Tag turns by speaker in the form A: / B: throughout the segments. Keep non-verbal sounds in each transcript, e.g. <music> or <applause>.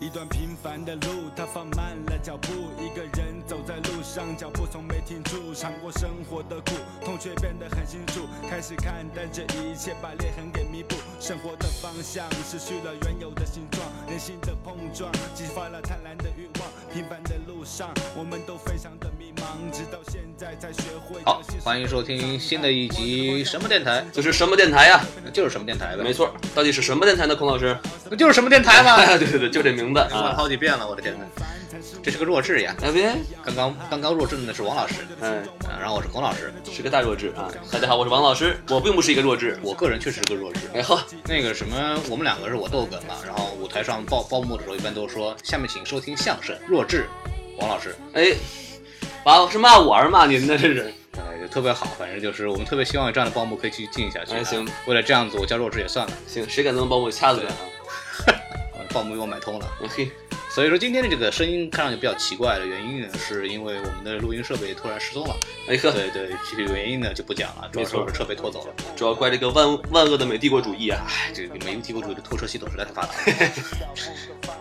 A: 一段平凡的路，他放慢了脚步，一个人走在路上，脚步从没停住。尝过生活的苦，痛却变得很清楚。开始看淡这一切，把裂痕给弥补。生活的方向失去了原有的形状，人心的碰撞激发了贪婪的欲望。平凡的路上，我们都非常的迷茫，直到现在才学会。
B: 好，欢迎收听新的一集什么电台？
C: 就是什么电台呀、啊
B: 那就是什么电台呗，
C: 没，错，到底是什么电台呢？孔老师？
B: 那就是什么电台嘛。
C: 哎 <laughs> 对对对，就这名字
B: 说了
C: 啊。
B: 好几遍了，我的天哪，这是个弱智呀！
C: 哎别，
B: 刚刚刚刚弱智的是王老师，
C: 哎，
B: 啊，然后我是孔老师，
C: 是个大弱智啊！大家好，我是王老师，我并不是一个弱智。
B: 我个人确实是个弱智。
C: 哎呵，
B: 那个什么，我们两个是我逗哏嘛，然后舞台上报报幕的时候，一般都说下面请收听相声弱智王老师，
C: 哎，完了是骂我还是骂您呢？这是。
B: 呃，也特别好，反正就是我们特别希望有这样的报幕可以继续进下去。啊
C: 哎行，
B: 为了这样子，我叫弱智也算了，
C: 行，谁敢能帮我掐死他啊？
B: 呃报幕又买通了。
C: 哎嘿，
B: 所以说今天的这个声音看上去比较奇怪的原因呢，是因为我们的录音设备突然失踪
C: <laughs>
B: 了。
C: 哎呵，
B: 对对，具体原因呢就不讲了，主要
C: 没错
B: 是设备拖走了。
C: 主要怪这个万万恶的美帝国主义啊！
B: 哎，这个美国帝国主义的拖车系统实在太发达了。 <laughs>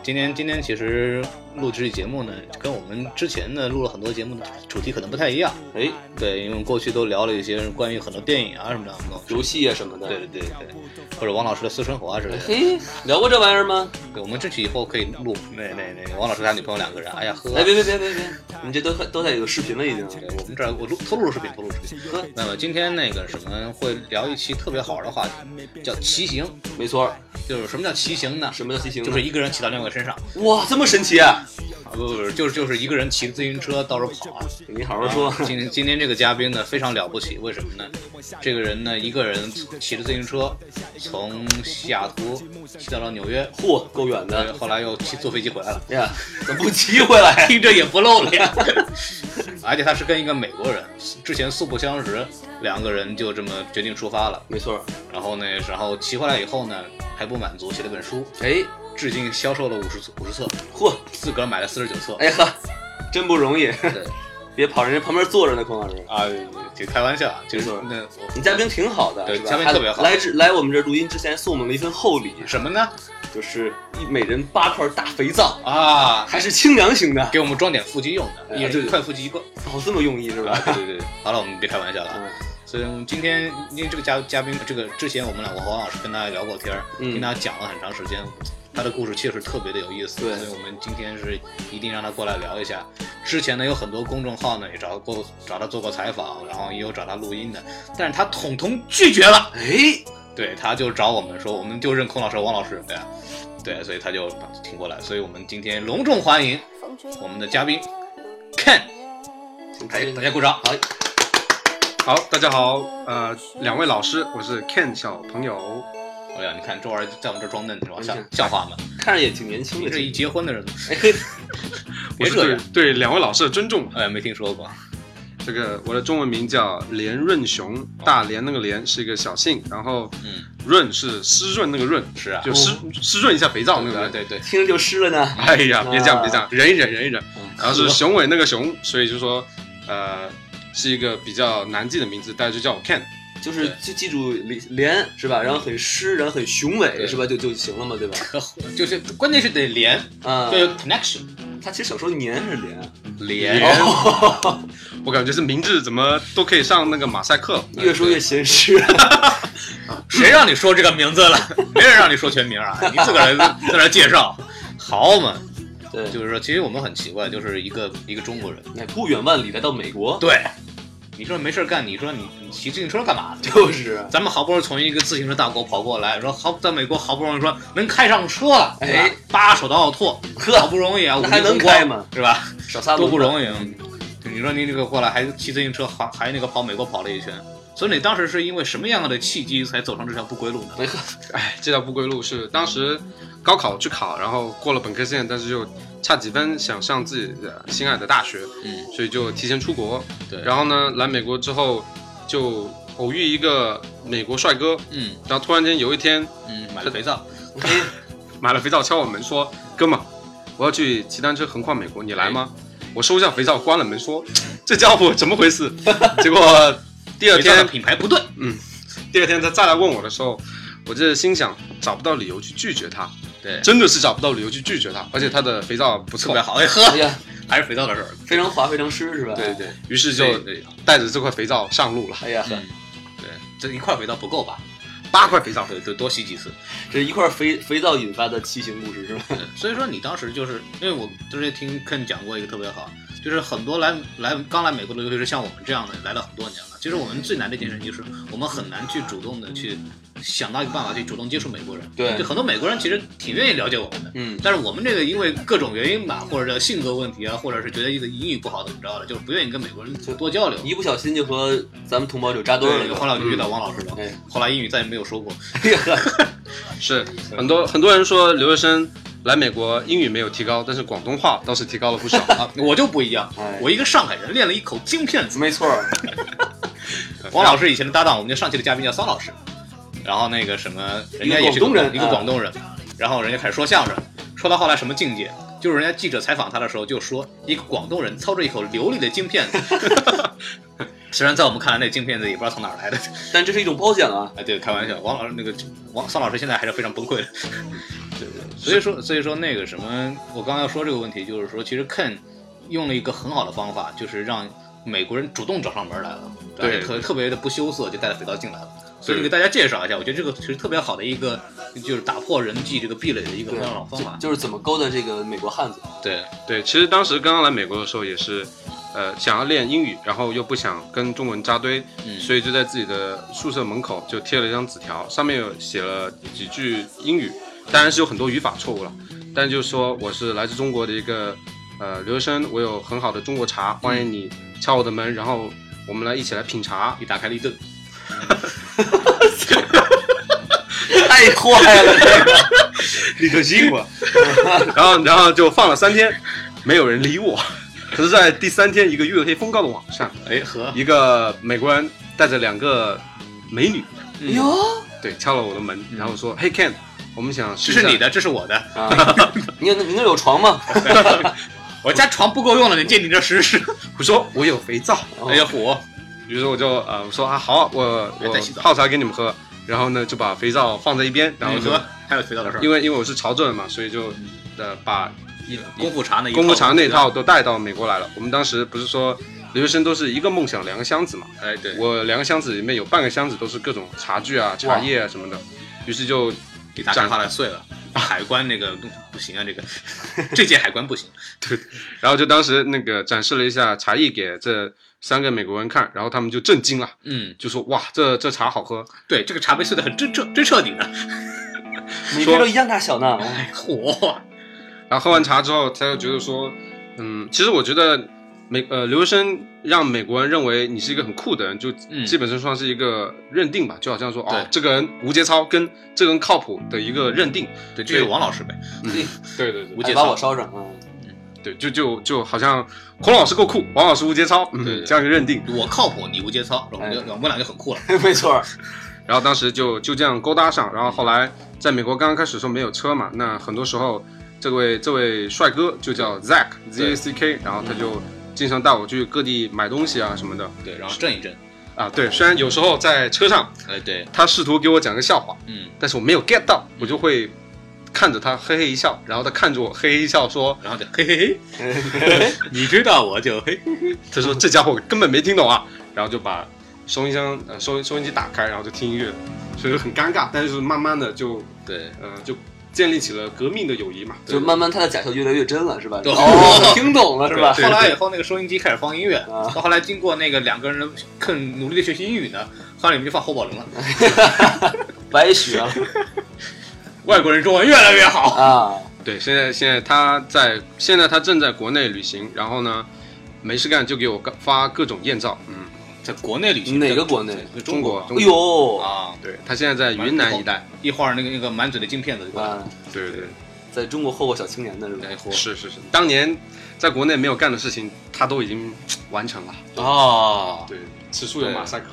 B: 今天今天其实录这期节目呢，跟我们之前呢录了很多节目的主题可能不太一样。
C: 哎，
B: 对，因为我们过去都聊了一些关于很多电影啊什么的东西，
C: 游戏啊什么的。
B: 对对对对，或者王老师的私生活啊之类的。
C: 嘿，哎聊过这玩意儿吗？
B: 对我们争取以后可以录那那那王老师他女朋友两个人，哎呀呵，
C: 哎，别别别别别，你这都都在有视频了已经。
B: 对我们这儿我录偷录视频，偷录视频。
C: 呵，
B: 那么今天那个什么会聊一期特别好玩的话题，叫骑行。
C: 没错，
B: 就是什么叫骑行呢？
C: 什么叫骑行呢？
B: 就是一个人骑到另外一个身上。
C: 哇，这么神奇啊！
B: 啊，不不不，就是就是一个人骑着自行车到处跑啊。
C: 你好好说。
B: 今天今天这个嘉宾呢非常了不起，为什么呢？这个人呢一个人骑着自行车从西雅图骑到了纽约，
C: 嚯，够远
B: 呃，
C: 的。
B: 后来又骑坐飞机回来了，
C: 哎呀，怎么不骑回来？
B: <laughs> 听着也不露脸。而且他是跟一个美国人，之前素不相识，两个人就这么决定出发了。
C: <laughs> 没错，
B: 然后呢，然后骑回来以后呢，还不满足，写了本书，
C: 哎，
B: 至今销售了五十五十册，
C: 嚯，
B: 自个儿买了四十九册。
C: 哎呵，真不容易。
B: 对，
C: <laughs> 别跑人家旁边坐着呢，孔老师。
B: 啊，就开玩笑啊，就是
C: 没错
B: 那我
C: 你嘉宾挺好的，
B: 对
C: 是吧
B: 嘉宾特别好
C: 还来这来我们这录音之前送我们了一份厚礼，
B: 什么呢？
C: 就是一每人八块大肥皂，
B: 啊，
C: 还是清凉型的。
B: 给我们装点腹肌用的，
C: 哎
B: 一
C: 呀
B: 人
C: 对
B: 快腹肌一个。
C: 哦，这么用意是吧？
B: 对对对， <laughs> 好了，我们别开玩笑了啊。所以我们今天因为这个嘉嘉宾，这个之前我们俩我和王老师跟大家聊过天儿，
C: 嗯
B: 跟大家讲了很长时间，他的故事确实特别的有意思，
C: 对
B: 所以我们今天是一定让他过来聊一下。之前呢有很多公众号呢也找过找他做过采访，然后也有找他录音的，但是他统统拒绝了。
C: 哎，
B: 对，他就找我们说，我们就认孔老师、王老师，对、啊，对，所以他就挺过来，所以我们今天隆重欢迎我们的嘉宾 Ken，哎，大家鼓掌。
C: 好，
D: 好，大家好，呃，两位老师，我是 Ken 小朋友，
B: 哎呀，你看这玩意儿在我们这装嫩，你知道吗？像
C: 嗯
B: 像话吗？
C: 看着也挺年轻
B: 你
C: 的。
B: 这
C: 这
B: 一结婚的人，<laughs>
C: 哎嘿，
B: 别
D: 我是
B: 这
D: 对
B: 样。
D: 对两位老师的尊重。
B: 哎，没听说过。
D: 这个我的中文名叫连润雄，大连那个连是一个小姓，然后
B: 哦嗯，
D: 润是湿润那个润，
B: 是啊，
D: 就湿湿润一下肥皂那个
B: 对
D: 润。
B: 对对，
C: 听着就湿了呢。
D: 哎呀，别这样
C: 啊
D: 别这样，忍一忍忍一忍。
B: 嗯
D: 然后是
C: 呵
D: 雄伟那个雄，所以就说呃是一个比较难记的名字，大家就叫我 Ken。
C: 就是就记住连是吧？然后很湿，然后很雄伟是吧？就就行了嘛，对吧？
B: 就是关键是得连，
C: 啊
B: 要，有 connection，哦
C: 他其实小时候年是连，
B: 嗯连
D: 连
C: 哦
D: 我感觉这名字怎么都可以上那个马赛克了。
C: <laughs> 越说越咸湿。
B: 谁让你说这个名字了？ <laughs> 没人让你说全名啊，你自个儿在那儿介绍，好嘛？
C: <laughs> 对， <laughs>
B: 就是说，其实我们很奇怪，就是一个一个中国人，
C: 你看不远万里来到美国，
B: 对，你说没事儿干，你说你你骑自行车干嘛呢？
C: 就是，
B: 咱们好不容易从一个自行车大国跑过来，说好在美国好不容易说能开上车了，
C: 哎
B: 是吧，八手到奥拓，
C: 呵
B: 好不容易啊，
C: 那
B: 五
C: 还
B: 菱宏
C: 能开
B: 光
C: 吗？
B: 是吧？
C: 少撒
B: 多不
C: 易。
B: 容易。你说你这个过来还骑自行车，还还那个跑美国跑了一圈，所以你当时是因为什么样的契机才走上这条不归路呢？
D: 哎，这条不归路是当时高考去考，然后过了本科线，但是又差几分想上自己的心爱的大学，
B: 嗯，
D: 所以就提前出国。
B: 对
D: 然后呢，来美国之后就偶遇一个美国帅哥，
B: 嗯
D: 然后突然间有一天
B: 嗯，买了肥皂，
D: 买了肥皂敲我门说：“哥们儿，我要去骑单车横跨美国，你来吗？”
B: 哎
D: 我收下肥皂，关了门说：“这家伙怎么回事？” <laughs> 结果第二
B: 肥皂的
D: 天，
B: 品牌不对，
D: 第二天他再来问我的时候，我这心想找不到理由去拒绝他，
B: 对，
D: 真的是找不到理由去拒绝他，而且他的肥皂不
B: 特
D: 错
B: 别。好，哎喝，
C: 哎呀，
B: 还是肥皂的事儿，
C: 非常滑，非常湿，是吧？
D: 对对，于是就
B: 对对，
D: 带着这块肥皂上路了，
C: 哎呀，
B: 嗯对，这一块肥皂不够吧？
D: 八块肥皂。
B: 对对，多洗几次。
C: 这一块肥肥皂引发的畸形故事是吧？
B: 对所以说你当时就是因为我之前听 Ken 讲过一个特别好，就是很多来来刚来美国的，尤其是像我们这样的来了很多年了，其实我们最难的一件事情就是我们很难去主动的去想到一个办法去主动接触美国人。
C: 对
B: 就很多美国人其实挺愿意了解我们的。
C: 嗯，
B: 但是我们这个因为各种原因吧，或者性格问题啊，或者是觉得一个英语不好怎么着的，就不愿意跟美国人多交流。
C: 一不小心就和咱们同胞就扎堆儿了
B: 对，
C: 就。
B: 后来我就遇到王老师了
C: 哎，
B: 后来英语再也没有说过。
D: 是很多很多人说留学生来美国英语没有提高，但是广东话倒是提高了不少。
B: 啊，我就不一样
C: 哎，
B: 我一个上海人练了一口京片子。
C: 没错儿，
B: 王老师以前的搭档，我们就上期的嘉宾叫桑老师，然后那个什么，人家也是
C: 一个广东人嗯
B: 一个广东人，然后人家开始说相声，说到后来什么境界，就是人家记者采访他的时候就说，一个广东人操着一口流利的京
C: <laughs>
B: 片子，虽然在我们看来那京片子也不知道从哪儿来的，
C: 但这是一种褒奖啊。
B: 哎，对，开玩笑，王老师那个王桑老师现在还是非常崩溃的。 <laughs> 对对，所以说所以说那个什么，我刚刚要说这个问题，就是说其实 Ken 用了一个很好的方法，就是让美国人主动找上门来了，
D: 对
B: 特特别的不羞涩，就带着肥皂进来了。所以
D: 对
B: 给大家介绍一下，我觉得这个其实特别好的一个，就是打破人际这个壁垒的一个
C: 对
B: 很好的方法
C: 就。就是怎么勾搭这个美国汉子。
B: 对
D: 对，其实当时刚刚来美国的时候也是，呃，想要练英语，然后又不想跟中文扎堆，
B: 嗯
D: 所以就在自己的宿舍门口就贴了一张纸条，上面有写了几句英语，当然是有很多语法错误了，但就说我是来自中国的一个呃留学生，我有很好的中国茶，欢迎你敲我的门，然后我们来一起来品茶。
B: 一打开了一顿，
C: <laughs> 太坏了，这个李克勤我。
D: <laughs> 然后然后就放了三天，没有人理我。 <laughs> 可是，在第三天一个月黑风高的晚上，
B: <laughs> 哎
D: <laughs>
B: 和
D: 一个美国人带着两个美女，嗯
C: 哟，
D: 对，敲了我的门，然后说：“嘿，Ken，我们想
B: 这
D: 试一
B: 是
D: 下
B: 你的，这是我
D: <laughs>
B: 的， <laughs>
C: 啊，你有你那有床吗？
B: 我家床不够用了，你借你这试试。
D: 我说我有肥皂，
B: 哎呀火，
D: 于是我就呃我说啊好，我
B: 别
D: 我
B: 再洗澡
D: 泡茶给你们喝，然后呢就把肥皂放在一边，然后
B: 你
D: 就、
B: 嗯和还有肥皂的事儿，
D: 因为因为我是潮州人嘛，所以就呃把一
B: 功夫茶那一
D: 功夫茶那
B: 一
D: 套，都带到美国来了。我们当时不是说留学生都是一个梦想两个箱子嘛，
B: 哎对，
D: 我两个箱子里面有半个箱子都是各种茶具啊、茶叶啊什么的，于是就
B: 给打电话来碎了。海关那个不行啊，这个这届海关不行。
D: 然后就当时那个展示了一下茶艺给这三个美国人看，然后他们就震惊了，
B: 嗯，
D: 就说哇，这这茶好喝。
B: 对，这个茶杯碎的很真彻真彻底的，
C: 你这都一样大小呢。
B: 哎火。
D: 然后喝完茶之后，他就觉得说，嗯，其实我觉得美呃留学生让美国人认为你是一个很酷的人，就
B: 嗯
D: 基本上算是一个认定吧，就好像说哦
B: 对，
D: 这个人无节操跟这个人靠谱的一个认定。
B: 对，这是王老师呗，
D: 对对对
B: 无
C: 哎
B: 节
C: 把
B: 操
C: 我。烧上啊！
D: 对，就就就好像孔老师够酷，王老师无节操，嗯，
B: 对对
D: 这样一个认定。
B: 我靠谱，你无节操，我们就
C: 哎
B: 我们俩就很酷了。
C: 没错儿，
D: 然后当时就就这样勾搭上，然后后来在美国刚刚开始的时候没有车嘛，那很多时候这位这位帅哥就叫 Zack Z A C K，然后他就经常带我去各地买东西啊什么的
B: 对，然后震一震。
D: 啊。对，虽然有时候在车上
B: 哎，对，
D: 他试图给我讲个笑话，
B: 嗯，
D: 但是我没有 get 到，我就会看着他嘿嘿一笑，然后他看着我嘿嘿一笑说，
B: 然后就嘿嘿嘿，你知道我就嘿。
D: 他说这家伙根本没听懂啊，然后就把收音箱呃收收音机打开，然后就听音乐，所以就很尴尬，但是慢慢的就
B: 对，
D: 呃，就建立起了革命的友谊嘛。
C: 就慢慢他的假笑越来越真了，是吧？
B: 对
C: 哦，听懂了是吧？
B: 后来以后，那个收音机开始放音乐，
C: 啊
B: 到后来经过那个两个人更努力的学习英语呢，后来你们就放侯宝林了。
C: 白啊学了
B: 外国人中文越来越好。
C: 啊！
D: 对，现在现在他在现在他正在国内旅行，然后呢，没事干就给我发各种艳照。嗯，
B: 在国内旅行，
C: 哪个国内
B: 在在
D: 中
B: 中
D: 国
B: 国
D: 中
C: 哎呦，
B: 啊，
D: 对他现在在云南一带。
B: 一会儿那个那个满嘴的镜片子就过来了。
C: 啊，
D: 对对
C: 在中国霍霍小青年的是吧？
D: 对，是是是，当年在国内没有干的事情，他都已经完成了。
C: 哦，
D: 对，此处有马赛克。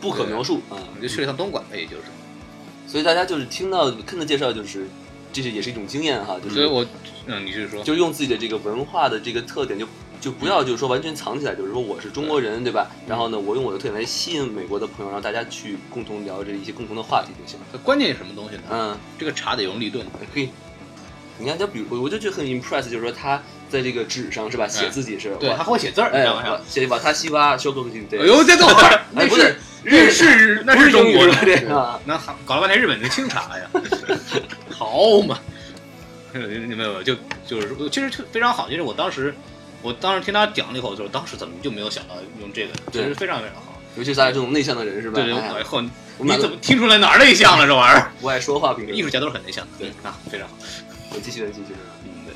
C: 不可描述啊！
B: 我们就去了趟东莞呗，也就是。
C: 所以大家就是听到看的介绍，就是这是也是一种经验哈，就
B: 所以
C: 是
B: 我，嗯，你是说，
C: 就用自己的这个文化的这个特点就。就不要就是说完全藏起来，就是说我是中国人，对吧？然后呢，我用我的特点来吸引美国的朋友，让大家去共同聊这一些共同的话题就行了。
B: 关键是什么东西呢？
C: 嗯，
B: 这个茶得用立顿，
C: 可以。你看，他比如我就觉得很 impress，就是说他在这个纸上是吧，写自己是
B: 对，他
C: 哇
B: 会写字儿，你知
C: 哎
B: 道吗？
C: 哇写瓦塔西瓦修克对， <laughs>
B: 哎呦，再等会儿，
C: 哎
B: 那
C: 不是
B: 是日式，那
C: 不是
B: 中
C: 英语
B: 国
C: 吧这个啊
B: 那搞了半天日本人清茶呀，好嘛？没有没有，就就是其实非常好，就是我当时，我当时听他讲了以后，就是当时怎么就没有想到用这个，其
C: 对
B: 实非常非常好。
C: 尤其咱俩这种内向的人是吧？
B: 对对，
C: 哎呀
B: 我以后
C: 我
B: 你
C: 们
B: 怎
C: 俩
B: 么听出来哪儿内向了？这玩意儿，
C: 都不爱说话，平时
B: 艺术家都是很内向的。
C: 对
B: 啊，非常好。
C: 我继续继续。
B: 嗯，对。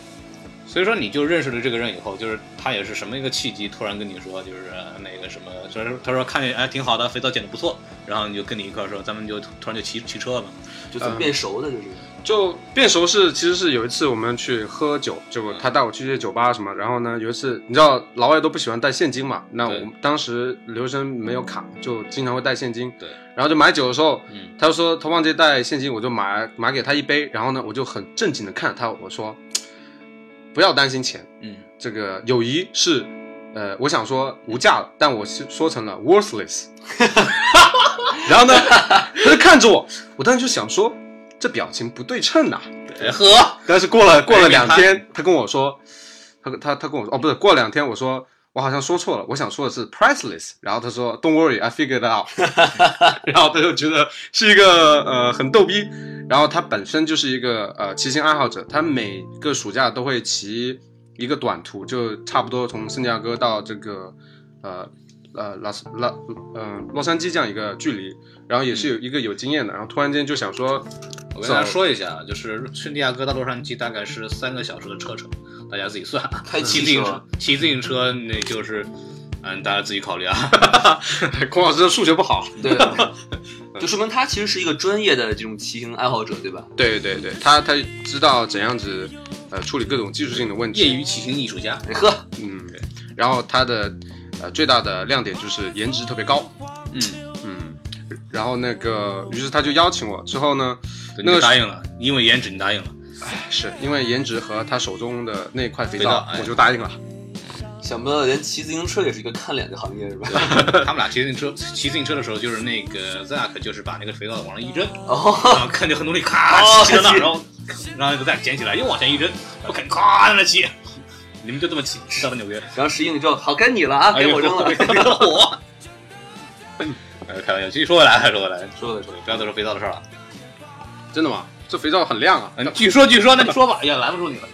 B: 所以说，你就认识了这个人以后，就是他也是什么一个契机，突然跟你说，就是呃那个什么，就是他说看见哎挺好的，肥皂剪的不错，然后你就跟你一块儿说，咱们就突然就骑骑车吧。
C: 就怎么
D: 嗯
C: 变熟的，就是
D: 就变熟是，其实是有一次我们去喝酒，就他带我去一些酒吧什么，然后呢，有一次你知道老外都不喜欢带现金嘛，那我
B: 对
D: 们当时留学生没有卡，就经常会带现金，
B: 对，
D: 然后就买酒的时候，
B: 嗯，
D: 他就说他忘记带现金，我就买买给他一杯，然后呢，我就很正经的看着他，我说不要担心钱，
B: 嗯，
D: 这个友谊是，呃，我想说无价的，但我是说成了 worthless。然后呢，他就看着我，我当时就想说，这表情不对称呐、
B: 别喝，
D: 但是过了过了
B: 哎
D: 两
B: 他
D: 天，他跟我说，他他他跟我说，哦，不是，过了两天我说。我好像说错了，我想说的是 priceless，然后他说 Don't worry, I figured it out，然后他就觉得是一个呃很逗逼，然后他本身就是一个呃骑行爱好者，他每个暑假都会骑一个短途，就差不多从圣地亚哥到这个呃呃拉斯拉呃洛杉矶这样一个距离，然后也是有一个有经验的，然后突然间就想说，
B: 我跟大家说一下，就是圣地亚哥到洛杉矶大概是三个小时的车程，大家自己算啊。
C: 开
B: 骑
C: 汽
B: 自行
C: 车
B: 车，，骑自行车那就是，嗯，大家自己考虑啊。
D: 孔老师的数学不好，
C: 对，就说明他其实是一个专业的这种骑行爱好者，对吧？
D: 对对对，他他知道怎样子呃处理各种技术性的问
B: 业
D: 题，
B: 余骑行艺术家，
C: 哎呵，
D: 嗯，然后他的呃最大的亮点就是颜值特别高，
B: 嗯，
D: 嗯，然后那个于是他就邀请我，之后呢，
B: 对
D: 那
B: 你
D: 个
B: 就答应了，因为颜值你答应了。
D: 是因为颜值和他手中的那块肥
B: 肥
D: 皂
B: 皂，哎
D: 我就答应了。
C: 想不到连骑自行车也是一个看脸的行业，是吧？
B: <laughs> 他们俩骑自行车，骑自行车的时候，就是那个 Zack 就是把那个肥皂往上一扔，
C: 哦，
B: 然后看就很努力，咔
C: 哦
B: 骑到那儿，
C: 骑
B: 然后然后那个 Zack 捡起来又往前一扔，我肯咔在那骑。 <laughs> 你们就这么骑骑到了纽约，
C: 然后石英你知道，好该你了
B: 哎
C: 啊，给我扔了。
B: <laughs> 给我。呃，开玩笑，继续说回来，说回来，
C: 说的说的，
B: 不要再说肥皂的事儿了。
D: 真的吗？这肥皂很亮啊！
B: 嗯，据说，据说，那你 <laughs> 说吧，也拦不住你了。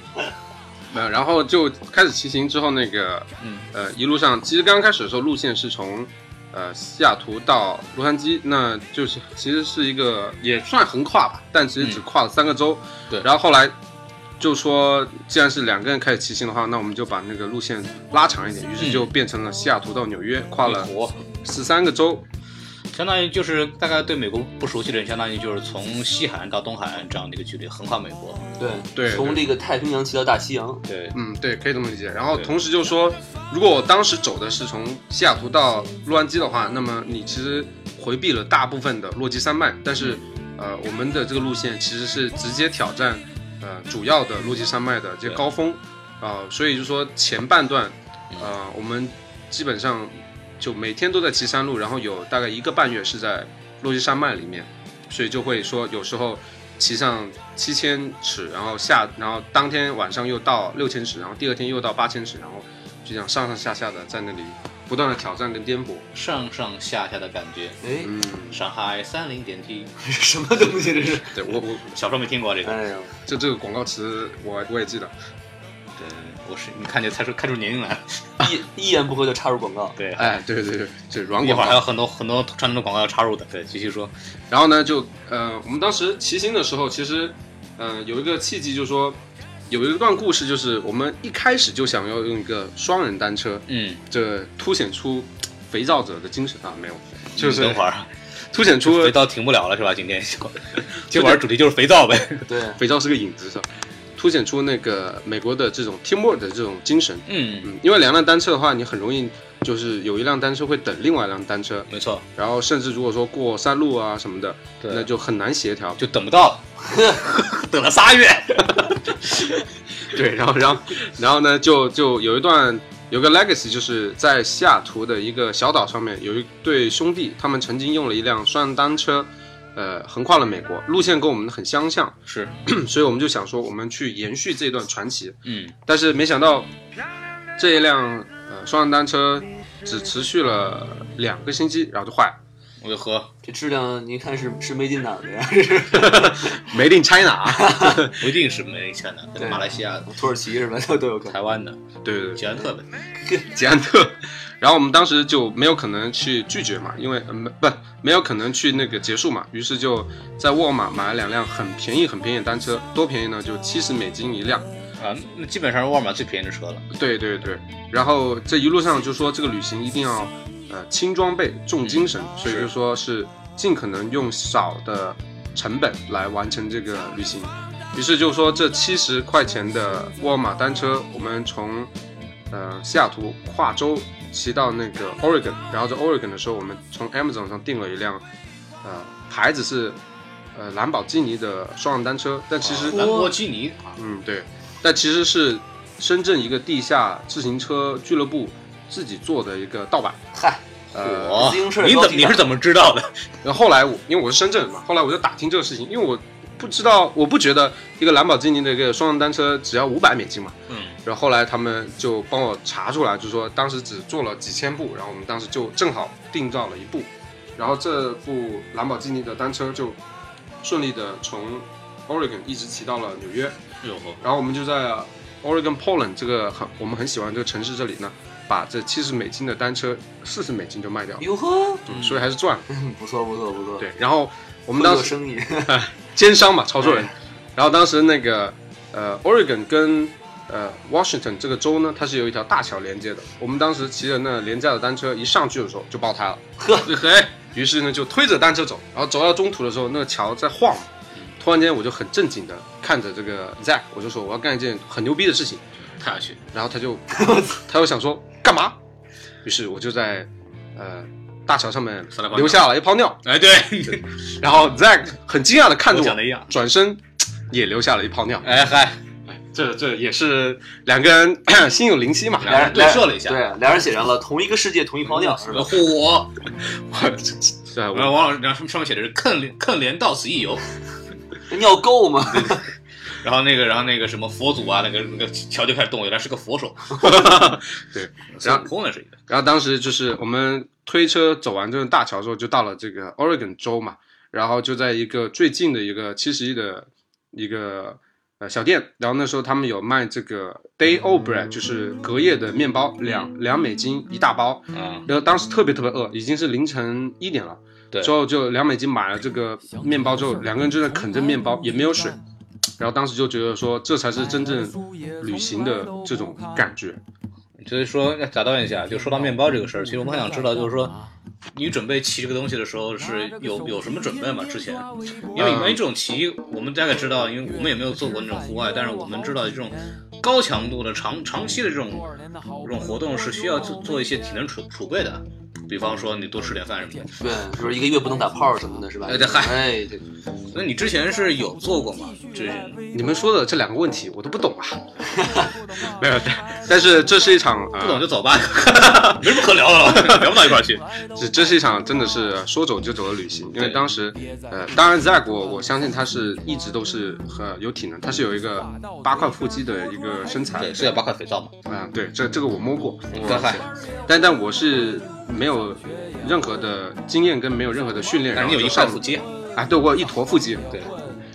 D: 没有，呃然后就开始骑行之后，那个
B: 嗯，
D: 呃，一路上其实刚开始的时候路线是从呃西雅图到洛杉矶，那就是其实是一个也算横跨吧，但其实只
B: 嗯
D: 跨了三个州。
B: 对
D: 然后后来就说，既然是两个人开始骑行的话，那我们就把那个路线拉长一点，于
B: 嗯
D: 是就变成了西雅图到纽约，跨了
B: 美国，
D: 十三个州。
B: 相当于就是大概对美国不熟悉的人，相当于就是从西海岸到东海岸这样的一个距离，横跨美国。
C: 对
D: 对
C: 从这个太平洋骑到大西洋，
B: 对，
D: 嗯，对，可以这么理解。然后
B: 对
D: 同时就说，如果我当时走的是从西雅图到洛杉矶的话，那么你其实回避了大部分的落基山脉，但是，
B: 嗯
D: 呃，我们的这个路线其实是直接挑战，呃，主要的落基山脉的这些
B: 对
D: 高峰，啊、所以就说前半段，
B: 嗯
D: 呃，我们基本上就每天都在骑山路，然后有大概一个半月是在落基山脉里面，所以就会说有时候骑上七千尺，然后下，然后当天晚上又到六千尺，然后第二天又到八千尺，然后就这样上上下下的在那里不断的挑战跟颠簸。
B: 上上下下的感觉。
C: 哎，
D: 嗯，
B: 上海三菱电梯，
C: <laughs> 什么东西这是？
D: 对我我
B: 小时候没听过这个。
C: 哎呦，
D: 就这个广告词我我也记得。
B: 对，我是你看见猜出看出年龄来了。
C: 一一言不合就插入广告，
B: 对，
D: 哎，对对对，这软
B: 一
D: 广
B: 会儿还
D: 告
B: 有。很多很多传统的广告要插入的。对，继续说。
D: 然后呢，就呃，我们当时骑行的时候，其实嗯、呃有一个契机，就是说有一段故事，就是我们一开始就想要用一个双人单车，
B: 嗯，
D: 这凸显出肥皂者的精神啊，没有，就
B: 你
D: 是
B: 等会儿，
D: 凸显出
B: 肥皂停不了了是吧？今天 <laughs> 今晚主题就是肥皂呗。
C: <laughs> 对，
D: 肥皂是个影子，是吧？凸显出那个美国的这种 teamwork 的这种精神。
B: 嗯，
D: 嗯，因为两辆单车的话，你很容易就是有一辆单车会等另外一辆单车，
B: 没错，
D: 然后甚至如果说过山路啊什么的，
B: 对
D: 那就很难协调。
B: 就等不到了， <laughs> 等了仨月。
D: <laughs> 对，然后然后 <laughs> 然后呢，就就有一段有个 legacy，就是在西雅图的一个小岛上面，有一对兄弟，他们曾经用了一辆双人单车，呃，横跨了美国，路线跟我们很相像，
B: 是，
D: 所以我们就想说，我们去延续这段传奇。
B: 嗯，
D: 但是没想到这一辆呃双人单车只持续了两个星期，然后就坏了，
B: 我就喝，
C: 这质量您看是是没进哪儿的 <laughs> 呀？
D: 没定 China 啊。
B: 不一定是没钱的，可能
C: 对
B: 马来西亚的、
C: 土耳其是吧？都都有可能。
B: 台湾的、
D: 对对
B: 捷
D: 对，
B: 安特的，
D: 捷安特。然后我们当时就没有可能去拒绝嘛，因为呃没、不没有可能去那个结束嘛，于是就在沃尔玛买了两辆很便宜很便宜的单车，多便宜呢？就七十美金一辆。
C: 嗯
B: 啊，那基本上是沃尔玛最便宜的车了。
D: 对对对，然后这一路上就说这个旅行一定要呃轻装备重精神，所以
B: 是
D: 就说是尽可能用少的成本来完成这个旅行。于是就说这七十块钱的沃尔玛单车，我们从呃西雅图跨州骑到那个 Oregon，然后在 Oregon 的时候，我们从 Amazon 上订了一辆呃牌子是呃兰博基尼的双人单车，但其实
B: 兰博基尼啊，
D: 嗯，对，但其实是深圳一个地下自行车俱乐部自己做的一个盗版。
C: 嗨，
D: 呃，
B: 我
C: 啊自行车也
B: 你
C: 高
B: 怎
C: 级
B: 么
C: 了
B: 哦你是怎么知道的？
D: 然后后来我因为我是深圳人嘛，后来我就打听这个事情，因为我不知道，我不觉得一个兰博基尼的一个双人单车只要五百美金嘛。
B: 嗯，
D: 然后后来他们就帮我查出来，就说当时只做了几千部，然后我们当时就正好订到了一部，然后这部兰博基尼的单车就顺利的从 Oregon 一直骑到了纽约。
B: 哟呵，
D: 然后我们就在 Oregon Portland 这个很我们很喜欢这个城市这里呢，把这七十美金的单车四十美金就卖掉了，
C: 哟呵， <laughs>
D: 嗯所以还是赚了。
C: 嗯不错不错不错，，
D: 对，然后我
C: 我
D: 们当
C: 做
D: 时
C: 生意，
D: 奸商嘛，操作人
C: 哎。
D: 然后当时那个呃 Oregon 跟呃 Washington 这个州呢，它是有一条大桥连接的。我们当时骑着那廉价的单车一上去的时候就爆胎了，
C: 呵
D: 嘿，于是呢就推着单车走，然后走到中途的时候，那个桥在晃。
C: 嗯
D: 突然间我就很正经的看着这个 Zack，我就说我要干一件很牛逼的事情。
B: 踏下去，
D: 然后
B: <laughs>
D: 他就他又想说干嘛？于是我就在呃大桥上面
B: 撒了泡尿
D: 留下了一泡尿，
B: 哎，对，
D: 然后 Zack 很惊讶的看
B: 我
D: 着
B: 讲
D: 我，
B: 的一样。
D: 转身也留下了一泡尿。
B: <laughs> 哎嗨，
D: 这这也是两个人 <coughs> 心有灵犀嘛。
B: 两人对射了一下
C: 对，两人写上了同一个世界同一泡尿，是吧？
B: <laughs> 嚯！
D: 对，
B: 然后
D: 我
B: 王老师，然后上面写的是“坑连坑连到此一游
C: 那尿够吗？”，
B: 然后那个，然后那个什么佛祖啊，那个那个桥就开始动，原来是个佛 <laughs> 手， <laughs>
D: 对，然
B: 孙悟
D: 后
B: 空那是一个，
D: 然后当时就是我们推车走完这个大桥之后，就到了这个 Oregon 州嘛，然后就在一个最近的一个七十一的一个呃小店，然后那时候他们有卖这个 day old bread，就是隔夜的面包，两两美金一大包。
B: 嗯，
D: 然后当时特别特别饿，已经是凌晨一点了，
B: 对
D: 之后就两美金买了这个面包之后，两个人就在啃着面包，也没有水。然后当时就觉得说，这才是真正旅行的这种感觉。
B: 所以说打断一下，就说到面包这个事儿，其实我们很想知道，就是说你准备骑这哎个东西的时候是有有什么准备吗？之前，因为因为这种骑，我们大概知道，因为我们也没有做过那种户外，但是我们知道这种高强度的长长期的这种这种活动是需要做做一些体能储储备的。比方说你多吃点饭什么的。
C: 对，就是一个月不能打炮什么的，是吧？
B: 哎对嗨
C: 哎，对，
B: 那你之前是有做过吗？这
D: 你们说的这两个问题我都不懂啊， <laughs> 没有，但但是这是一场
B: 不懂
D: 呃，
B: 就走吧， <laughs> 没什么可聊的了，聊不到一块儿去。
D: 这这是一场真的是说走就走的旅行，因为当时呃，当然 Zack 我我相信他是一直都是很有体能，他是有一个八块腹肌的一个身材，
B: 对，是要八块肥皂嘛？
D: 啊、对，这这个我
B: <laughs>
D: 摸过，
B: 对嗨，
D: 但但我是没有任何的经验跟没有任何的训练，
B: 但
D: 然
B: 是
D: 后
B: 你有
D: 就
B: 一块
D: 上
B: 腹肌，
D: 啊，对我有一坨腹肌，
B: 对，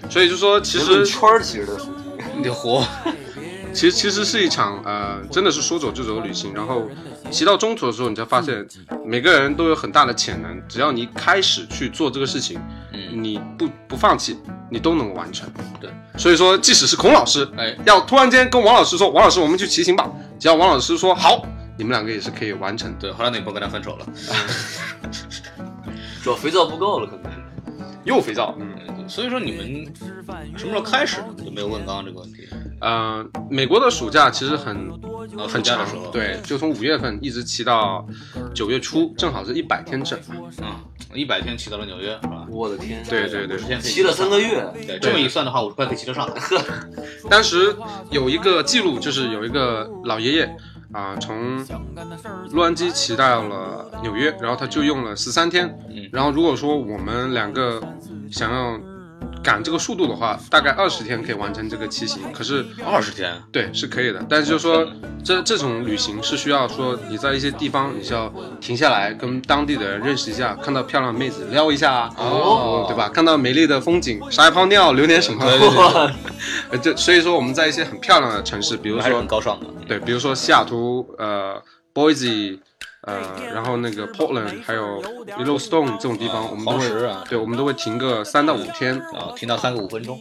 D: 所以就说其
C: 人
D: 实
C: 问圈儿其实都是
B: 你得活。
D: 其实其实是一场呃，真的是说走就走的旅行。然后骑到中途的时候，你才发现每个人都有很大的潜能，只要你开始去做这个事情，
B: 嗯，
D: 你不不放弃，你都能完成。
B: 对，
D: 所以说即使是孔老师，
B: 哎，
D: 要突然间跟王老师说，王老师我们去骑行吧，只要王老师说好，你们两个也是可以完成的。
B: 对，后来那朋友跟他分手了，
C: 主要肥皂不够了，可能是。
D: 又肥皂，嗯。
B: 嗯所以说你们什么时候开始呢？就没有问刚刚这个问题。
D: 呃，美国的暑假其实很呃
B: 啊，暑
D: 很
B: 假
D: 长
B: 的时候，，
D: 对，就从五月份一直骑到九月初，正好是一百天整。
B: 嗯，一百天骑到了纽约，是吧？
C: 我的天，
D: 对对对
B: 50，天可以
C: 骑了三个月，
B: 对，这么一算的话，五十块可以骑得上。
D: 当时有一个记录，就是有一个老爷爷啊、从洛杉矶骑到了纽约，然后他就用了十三天。
B: 嗯
D: 然后如果说我们两个想要赶这个速度的话，大概二十天可以完成这个骑行。可是
B: <laughs> 二十天，
D: 对，是可以的，但是就说这这种旅行是需要说你在一些地方，你是要停下来跟当地的人认识一下，看到漂亮的妹子撩一下啊，
C: 哦
D: 对吧？看到美丽的风景，撒一泡尿，流点什么？
B: 对对对
C: 哇，
D: 呃这所以说我们在一些很漂亮的城市，比如
B: 还是
D: 说
B: 很高尚的。
D: 对，比如说西雅图，呃，Boise，呃，然后那个 Portland，还有 Yellowstone 这种地方，我们都
B: 黄石
D: 会
B: 啊
D: 对，我们都会停个三到五天，
B: 啊，听到三个五分
D: <laughs>
B: 钟，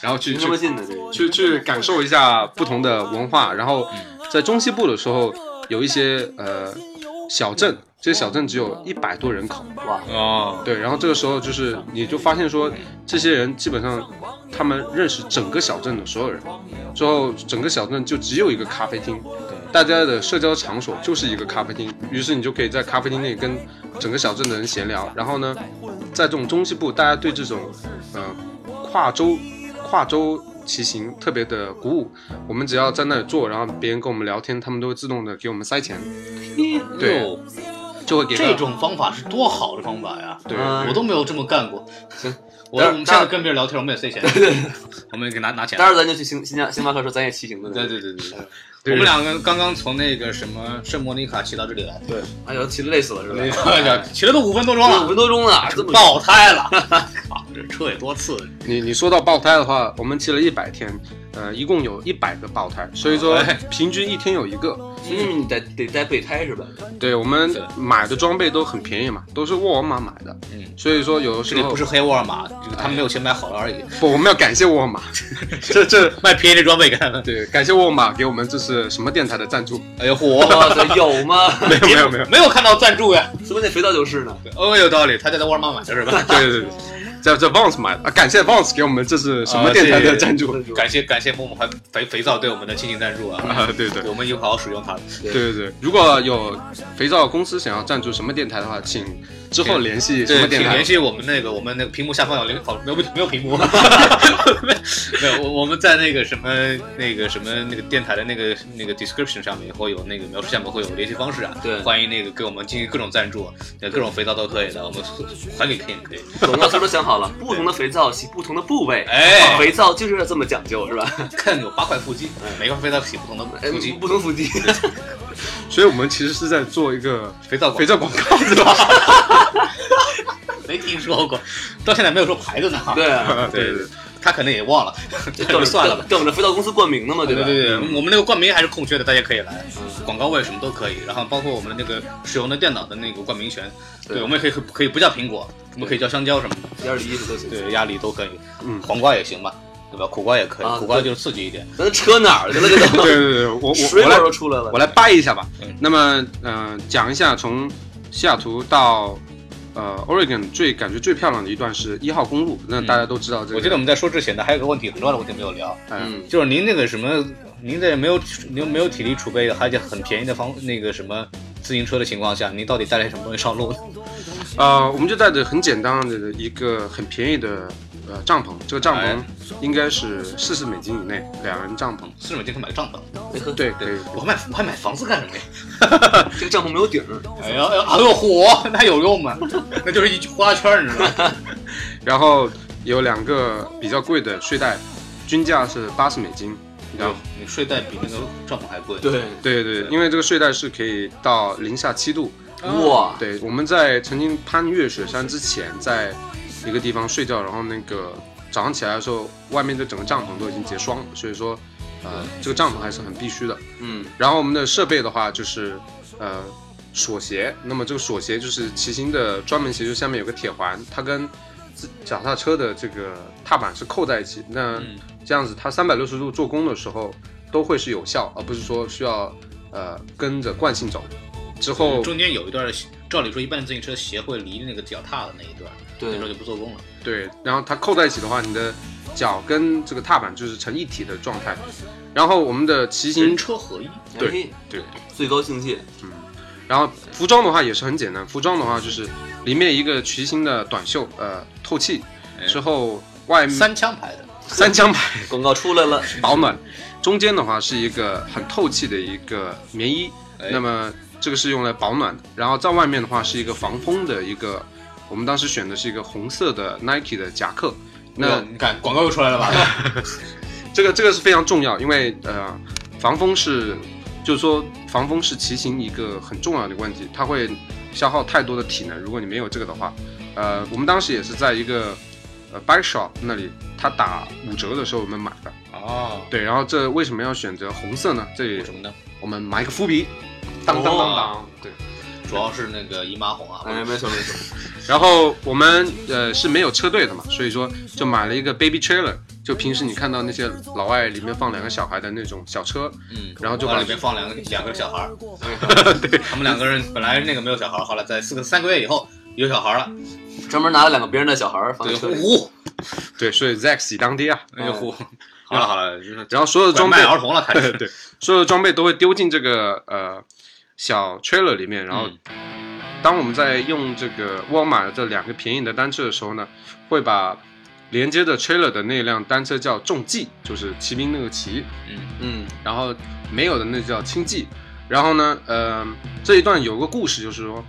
D: 然后去
C: 挺
D: 去
C: 这么近的这个。
D: 去去感受一下不同的文化。
B: 嗯
D: 然后在中西部的时候，有一些呃小镇，这些小镇只有一百多人口，
C: 哇，
B: 哦，
D: 对。然后这个时候就是你就发现说，这些人基本上他们认识整个小镇的所有人，最后整个小镇就只有一个咖啡厅。大家的社交场所就是一个咖啡厅，于是你就可以在咖啡厅内跟整个小镇的人闲聊。然后呢，在这种中西部，大家对这种呃跨州跨州骑行特别的鼓舞。我们只要在那里坐，然后别人跟我们聊天，他们都会自动的给我们塞钱，对
B: 哟
D: 就会给个
B: 这种方法是啊多好的方法呀！
D: 对。
C: 嗯
B: 我都没有这么干过。我
C: 但
B: 我
C: 是
B: 们现在跟别人聊天，我们也塞钱，我们也给拿拿钱。
C: 待会儿咱就去星新疆星巴克说咱也骑行的。
B: 对对对对对，
D: 对
B: 我们两个刚刚从那个什么圣莫妮卡骑到这里来，
C: 对，哎呦，骑的累死了是吧？
B: 骑了都五分多钟
C: 五
B: 了，
C: 分多钟了，这么
B: 爆胎 <laughs> 了，靠这车也多次，
D: 你你说到爆胎的话，我们骑了一百天，呃，一共有一百个爆胎，所以说
B: 哎
D: 平均一天有一个。
C: 所以嗯你得得带备胎是吧？
D: 对我们
B: 对
D: 买的装备都很便宜嘛，都是沃尔玛买的，
B: 嗯，
D: 所以说有的
B: 这
D: 时
B: 里
D: 候
B: 不是黑沃尔玛，就是他们没有钱买好了而 <laughs> 已，
D: 不，我们要感谢沃尔玛，这这
B: 卖便宜的装备给他们。
D: 对，感谢沃尔玛给我们这是什么电台的赞助？
B: 哎呦嚯，
C: 哇塞，有吗？ <laughs>
D: 没有没有没有，
B: <laughs> 没有看到赞助呀？
C: 说不定那肥皂就是呢。
B: 哦，有道理，他家在沃尔玛买的是吧？
D: 对对对，在在 Vans 买的啊，感谢 Vans 给我们这是什么电台的赞助？
B: 感啊谢感谢木木还肥肥皂对我们的亲情赞助啊，
D: 啊，对对
B: 我们以后好好使用它。
D: 对对对，如果有肥皂公司想要赞助什么电台的话，请之后联系什
B: 对，
D: 么
B: 请
D: 电台
B: 联？系我们那个我们那个屏幕下方有零好没有没有屏
D: <laughs>
B: 幕，没有我我们在那个什么那个什么那个电台的那个那个 description 上面会有那个描述下面会有联系方式啊，
C: 对
B: 欢迎那个给我们进行各种赞助，呃各种肥皂都可以的，我们还给可以可以，
C: 广告词都想好了，不同的肥皂洗不同的部位。
B: 哎
C: 肥皂就是要这么讲究是吧？
B: 看有八块腹肌，
D: 嗯
B: 每个肥皂洗不同的
C: 哎
B: 腹肌，
C: 不同腹肌。
D: 所以我们其实是在做一个
B: 肥皂
D: 肥
B: 广
D: 皂广告，对吧？
B: 没听说过，到现在没有说牌子呢，<laughs>
C: 对啊，
D: 对对，
B: 他可能也忘
D: <laughs>
B: 了，
C: 就
B: 那
C: 等
B: 就
C: 着
B: <laughs> 算了吧。
C: 等着肥皂公司冠名呢嘛，
B: 对
C: 吧？
B: 对对，我们那个冠名还是空缺的，大家可以来，广告位什么都可以，然后包括我们的那个使用的电脑的那个冠名权，对，
C: 对
B: 我们也可以可以不叫苹果，我们可以叫香蕉什么的，
C: 一二零一都行。
B: 对，鸭梨都可以，
D: 嗯
B: 黄瓜也行吧，对吧？苦瓜也可以，
C: 啊
B: 苦瓜
C: 对
B: 就是刺激一点，
C: 咱扯哪儿去了？这
D: 对
C: 都
D: 对对，我
C: <laughs>
D: 我
C: 水
D: 我
C: 果
D: 来
C: 都出来了。
D: 我来掰一下吧
B: 嗯。
D: 那么，嗯、讲一下从西雅图到呃 Oregon 最感觉最漂亮的一段是一号公路。那大家都知道这个，
B: 我记得我们在说之前呢，还有个问题很重要的问题没有聊，
D: 嗯，
C: 嗯，
B: 就是您那个什么，您在没有您没有体力储备，还且很便宜的方那个什么。自自行车的情况下，您到底带来什么东西上路呢？
D: 啊、我们就带着很简单的一个很便宜的呃帐篷，这个帐篷
B: 哎
D: 应该是四十美金以内，两人帐篷。
B: 四十美金可以买个帐篷，
C: 哎呵，
D: 对，可以。
B: 我还买我还买房子干什么呀？
C: 这个帐篷没有顶儿，
B: 哎呀，哎呀哎呦火，那有用吗？ <laughs> 那就是一花圈儿，你知道吗？
D: 然后有两个比较贵的睡袋，均价是八十美金。然后
B: 你睡袋比那个帐篷还贵。，
C: 对，
D: 对对，因为这个睡袋是可以到零下七度。
C: 哇，
D: 对，我们在曾经攀越雪山之前，在一个地方睡觉，然后那个早上起来的时候，外面的整个帐篷都已经结霜了，所以说，呃，这个帐篷还是很必须的。
C: 嗯，
D: 然后我们的设备的话就是，呃，锁鞋。那么这个锁鞋就是骑行的专门鞋，就下面有个铁环，它跟自脚踏车的这个踏板是扣在一起。那
B: 嗯
D: 这样子，它三百六十度做工的时候都会是有效，而不是说需要呃跟着惯性走。之后，
B: 中间有一段儿，照理说一般自行车协会离那个脚踏的那一段儿，那
C: 对哎
B: 时候就不做工了。
D: 对，然后它扣在一起的话，你的脚跟这个踏板就是成一体的状态。然后我们的骑行
B: 人车合一，
D: 对
C: 哎，
D: 对。
C: 最高境界，
D: 然后服装的话也是很简单，服装的话就是里面一个骑行的短袖，呃，透气，之后外面
B: 哎三枪牌的，
D: <laughs> 三枪牌
C: 广告出来了，
D: 保暖，中间的话是一个很透气的一个棉衣，
B: 哎
D: 那么这个是用来保暖的。然后在外面的话是一个防风的一个，我们当时选的是一个红色的 Nike 的夹克，那
B: 哇你看广告又出来了
D: <laughs>
B: 吧？
D: 这个这个是非常重要，因为呃，防风是，就是说防风是骑行一个很重要的问题，它会消耗太多的体能。如果你没有这个的话，呃，我们当时也是在一个呃 bike shop 那里，它打五折的时候我们买的。
B: 哦，
D: 对，然后这为什么要选择红色呢？这里
B: 什么呢？
D: 我们埋个伏笔，当当当当，对。
B: 主要是那个姨妈红
D: 嗯
B: 啊，
C: 哎，没错没错，
D: 然后我们呃是没有车队的嘛，所以说就买了一个 baby trailer，就平时你看到那些老外里面放两个小孩的那种小车，
B: 嗯，
D: 然后就把
B: 往里面放两个两个小孩儿，他们两个人本来那个没有小孩儿，后来在四个三个月以后有小孩儿了，
C: 专门拿了两个别人的小孩儿放
B: 对，
C: 在车里，
B: 呼，
D: 对，所以 Zack 喜当爹啊。
B: 哎呦呼，好了好了，就是
D: 然后所有的
B: 拐
D: 装备
B: 卖，儿童了开始，
D: <laughs> 对，所有的装备都会丢进这个呃小 trailer 里面。然后
B: 嗯，
D: 当我们在用这个沃尔玛的这两个便宜的单车的时候呢，会把连接着 trailer 的那辆单车叫重骑，就是骑兵那个骑，
B: 嗯，
C: 嗯，
D: 然后没有的那叫轻骑。然后呢，呃，这一段有个故事，就是说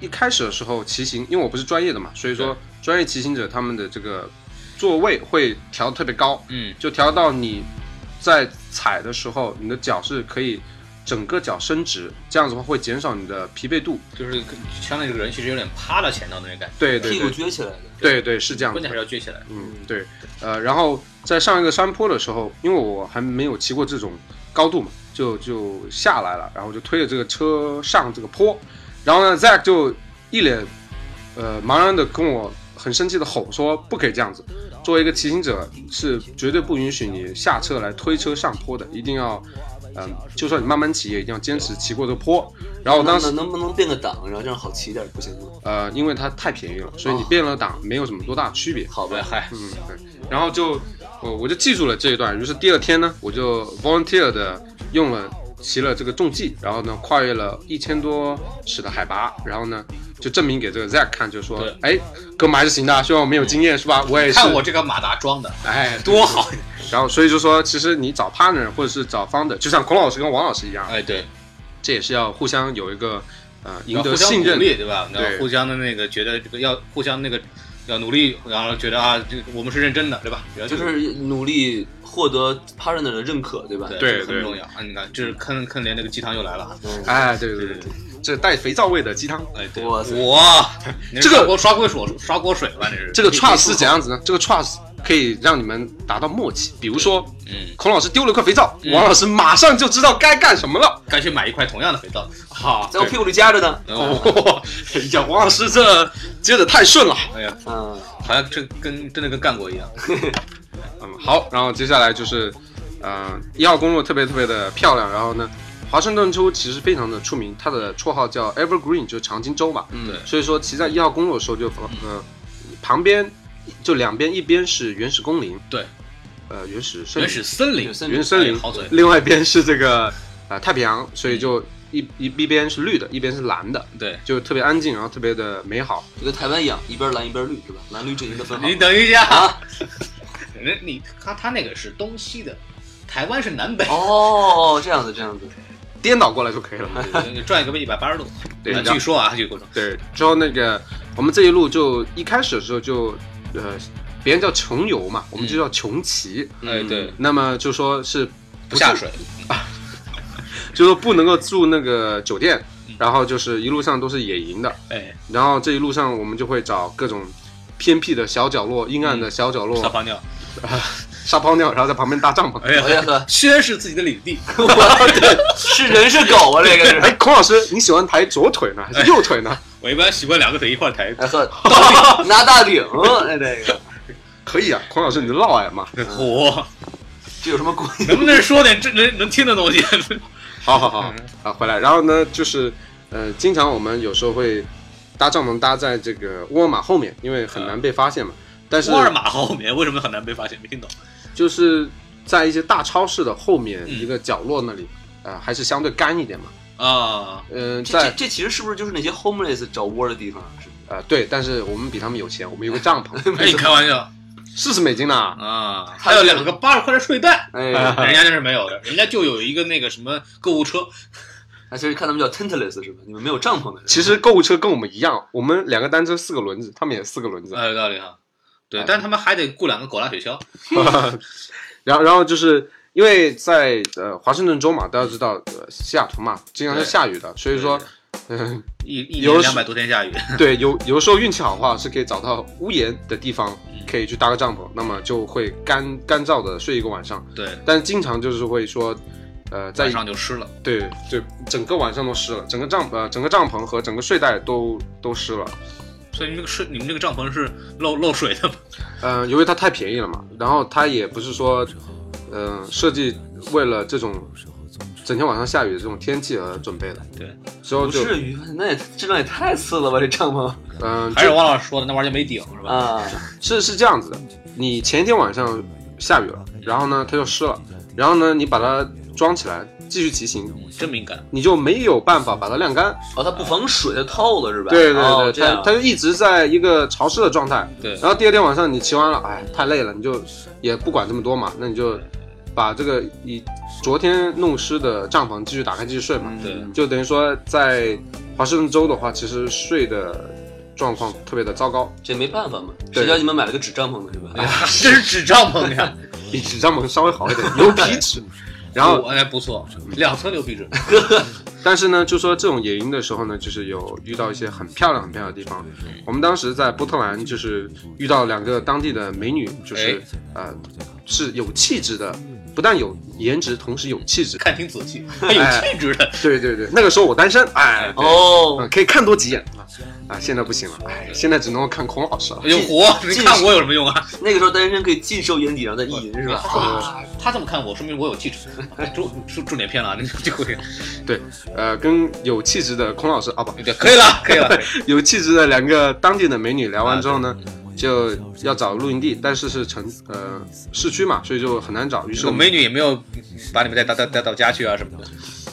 D: 一开始的时候骑行，因为我不是专业的嘛，所以说
B: 对
D: 专业骑行者他们的这个座位会调得特别高，
B: 嗯，
D: 就调到你在踩的时候，你的脚是可以整个脚伸直，这样子的话会减少你的疲惫度。
B: 就是相当于这个人其实有点趴到前头那种感觉，
D: 对对
C: 屁股
D: 对
C: 撅起来的，
D: 对对，是这样
B: 关键
D: 的。
B: 还是要撅起来，
D: 嗯，对，呃，然后在上一个山坡的时候，因为我还没有骑过这种高度嘛，就就下来了，然后就推着这个车上这个坡，然后呢，Zack 就一脸呃茫然的跟我很生气的吼说：“不可以这样子，作为一个骑行者是绝对不允许你下车来推车上坡的，一定要，嗯、就算你慢慢骑也一定要坚持骑过这个坡。”然后我哦当
C: 能
D: 时
C: 能能不能变个档，然后这样好骑点儿，不行吗？
D: 呃，因为它太便宜了，所以你变了档没有什么多大区别。
C: 好呗，嗨，
D: 嗯，对。然后就我我就记住了这一段，于是第二天呢，我就 volunteer 的用了骑了这个重骑，然后呢跨越了一千多尺的海拔，然后呢就证明给这个 Zack 看，就说
B: 对，嗯
D: 哎，哥们还是行的，虽然我没有经验是吧？我也是，
B: 看我这个马达装的
D: 哎，对。
B: 多好，
D: <laughs> 然后所以就说，其实你找 partner 或者是找 founder，就像孔老师跟王老师一样，
B: 哎，对，
D: 这也是要互相有一个呃赢
B: 要
D: 得
B: 互相
D: 信
B: 鼓
D: 任，
B: 励，对吧？
D: 对
B: 要互相的那个觉得这个要互相那个要努力，然后觉得啊，这个我们是认真的，对吧？
C: 就是努力获得 partner 的认可，对吧？
B: 对，
D: 对
B: 这个
D: 对
B: 很重要啊！你看，这是坑坑连那个鸡汤又来了啊！
C: 嗯
D: 哎，对对对对，这带肥皂味的鸡汤。
B: 哎，对，
C: 哇塞
B: 哇，你
D: 这个
B: 刷锅刷锅水刷锅水吧，这是
D: 这个
B: 你
D: trust 是怎样子呢？这个 trust 可以让你们达到默契。比如说，
B: 嗯，
D: 孔老师丢了块肥皂，王老师马上就知道该干什么了。
B: 该去买一块同样的肥皂。
D: 好
C: 在我屁股里夹着呢。
B: 哦，
D: 哦， <laughs> 哎呀，王老师这接的太顺了。
B: 哎呀，
C: 嗯，
B: 好像这跟真的跟干过一样。
D: 嗯，好，然后接下来就是，呃，一号公路特别特别的漂亮。然后呢，华盛顿州其实非常的出名，它的绰号叫 Evergreen，就是常青州嘛。
C: 嗯
B: 对，
D: 所以说骑在一号公路的时候就，呃，旁边就两边一边是原始公林，
B: 对，
D: 呃，原始森
B: 原
D: 林
B: 始森林
C: 原，始森
D: 原森林
B: 哎哎好嘴，
D: 另外一边是这个呃太平洋，所以就一一一边是绿的，一边是蓝的，
B: 对，
D: 就特别安静，然后特别的美好。
C: 就跟台湾一样，一边蓝一边绿是吧？蓝绿阵营的分好
B: 你等一下，
C: 啊！
B: 人你他他那个是东西的，台湾是南北，
C: 哦，这样子这样
D: <laughs>
C: 子，
D: 颠倒过来就可以了。
B: <laughs> 你转一个一百八十度。
D: 对嗯
B: 啊
D: 然后
B: 据说啊，据过程，
D: <laughs> 对，之后那个我们这一路就一开始的时候就呃，别人叫穷游嘛，我们就叫穷骑。
B: 哎对，
D: 那么就说嗯是
B: 不下水，
D: 就说不能够住那个酒店，
B: 嗯
D: 然后就是一路上都是野营的，
B: 哎，
D: 然后这一路上我们就会找各种偏僻的小角落、阴暗的小角落
B: 嗯撒泡尿，
D: 撒泡尿，然后在旁边搭帐篷。
B: 哎
C: 哎呀
B: 呀，
D: <laughs>
C: 呵，
B: 宣示自己的领地，
C: 是人是狗啊？这个
D: <laughs> 哎，
C: 是。
D: 孔老师，你喜欢抬左腿呢，还
B: 哎
D: 是右腿呢？ <laughs>
B: 我一般习惯两个腿一块抬，
C: 哎呵，大饼拿大饼，哎这个
D: 可以啊，孔老师，你的嫪毐嘛。
B: 哎火，
C: 这有什么
D: <laughs>
C: 关系？
B: 能不能说点这能能听的东西？
D: 好好好
B: 嗯
D: 啊，回来。然后呢，就是呃，经常我们有时候会搭帐篷搭在这个沃尔玛后面，因为很难被发现嘛。但
B: <laughs>
D: 是
B: 嗯沃尔玛后面为什么很难被发现？没听懂。
D: 就是在一些大超市的后面
B: 嗯
D: 一个角落那里，呃，还是相对干一点嘛。
B: 啊，
D: 嗯、
C: 这这
D: 在
C: 这其实是不是就是那些 homeless 找窝的地方？啊是
D: 呃对，但是我们比他们有钱，我们有个
B: <laughs>
D: 帐篷，
B: 哎，你开玩笑
D: 四十美金呢。
B: 啊？还有两个八十块的睡袋，
D: 啊
C: 哎，
B: 人家那是没有的，人家就有一个那个什么购物车，
C: 那其实看他们叫 tentless 是吧？你们没有帐篷的人。
D: 其实购物车跟我们一样，我们两个单车四个轮子，他们也四个轮子。
B: 啊，有道理哈。对
D: 哎，
B: 但是他们还得雇两个狗拉雪橇，
D: 然后，然后就是因为在呃华盛顿州嘛，大家知道、呃、西雅图嘛，经常是
B: 对
D: 下雨的，所以说，嗯，
B: 哎一一
D: 有
B: 年
D: 时
B: 两百多天
D: <laughs>
B: 下雨，
D: 对，有有时候运气好的话，是可以找到屋檐的地方，
B: 嗯
D: 可以去搭个帐篷，那么就会干干燥的睡一个晚上。
B: 对，
D: 但经常就是会说，呃，在
B: 晚上就湿了。
D: 对对，整个晚上都湿了，整个帐呃整个帐篷和整个睡袋都都湿了。
B: 所以你们这个睡，你们这个帐篷是漏漏水的吗？
D: 呃，由于它太便宜了嘛，然后它也不是说，呃，设计为了这种整天晚上下雨的这种天气而准备的。
B: 对，
D: 之后
C: 不
D: 就
C: 至于，那也质量也太次了吧？这帐
D: <laughs>
C: 篷
D: 嗯、
B: 还是王老师说的，那玩意儿就没顶是吧？
C: 啊，
D: 是是这样子的，你前一天晚上下雨了，然后呢它就湿了，然后呢你把它装起来继续骑行，
B: 嗯真敏感。
D: 你就没有办法把它晾干。
C: 哦，它不防水，它透了是吧？
D: 对对
C: 哦
D: 对，
C: 这样
D: 它它就一直在一个潮湿的状态。
B: 对
D: 然后第二天晚上你骑完了，哎，太累了，你就也不管这么多嘛，那你就把这个以昨天弄湿的帐篷继续打开继续睡嘛。
C: 嗯
B: 对
D: 就等于说在华盛顿州的话，其实睡的状况特别的糟糕，
C: 这没办法嘛，
D: 对哎
C: 谁叫你们买了个纸帐篷呢是吧？
B: 这是纸帐篷呀，
D: 比纸帐篷稍微好一 <laughs> 点，牛皮纸。 <laughs> 然后
B: 我哎不错，两层牛皮纸，
D: 但是呢，就说这种野营的时候呢，就是有遇到一些很漂亮、很漂亮的地方。我们当时在波特兰就是遇到两个当地的美女，就是、呃是有气质的，不但有颜值，同时有气质。
B: 看挺仔
D: <laughs>
B: 细，还有
D: 哎
B: 气质的。
D: 对对对，那个时候我单身，哎，对
C: 哦
D: 嗯，，可以看多几眼啊啊！现在不行了，哎，现在只能够看孔老师了。
B: 有活，你看我有什么用啊？
C: 那个时候单身可以尽收眼底，然后再意淫是吧？
D: 哎
B: 他他这么看我，说明我有气质。哎重重重点偏了，你这回
D: 对，呃，跟有气质的孔老师啊不，
B: 对，可以了，可以了。
D: <laughs> 有气质的两个当地的美女
B: 啊
D: 聊完之后呢，就要找露营地，但是是城呃市区嘛，所以就很难找。于是
B: 这
D: 我
B: 个
D: 们
B: 美女也没有把你们带带带带到家去啊什么的。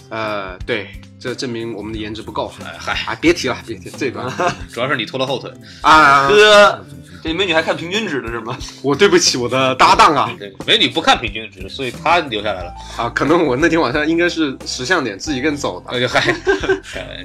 D: 呃，对，这证明我们的颜值不够。
B: 哎嗨，
D: 啊，别提了，别提
B: <laughs>
D: 这段
B: 主要是你拖了后腿。
D: 啊！
C: 哥，这美女还看平均值的是吗？
D: 我对不起我的搭档啊
B: 对，美女不看平均值，所以她留下来了。
D: 啊！可能我那天晚上应该是识相点，自己一个人走的。
B: 哎
D: <laughs>
B: 嗨，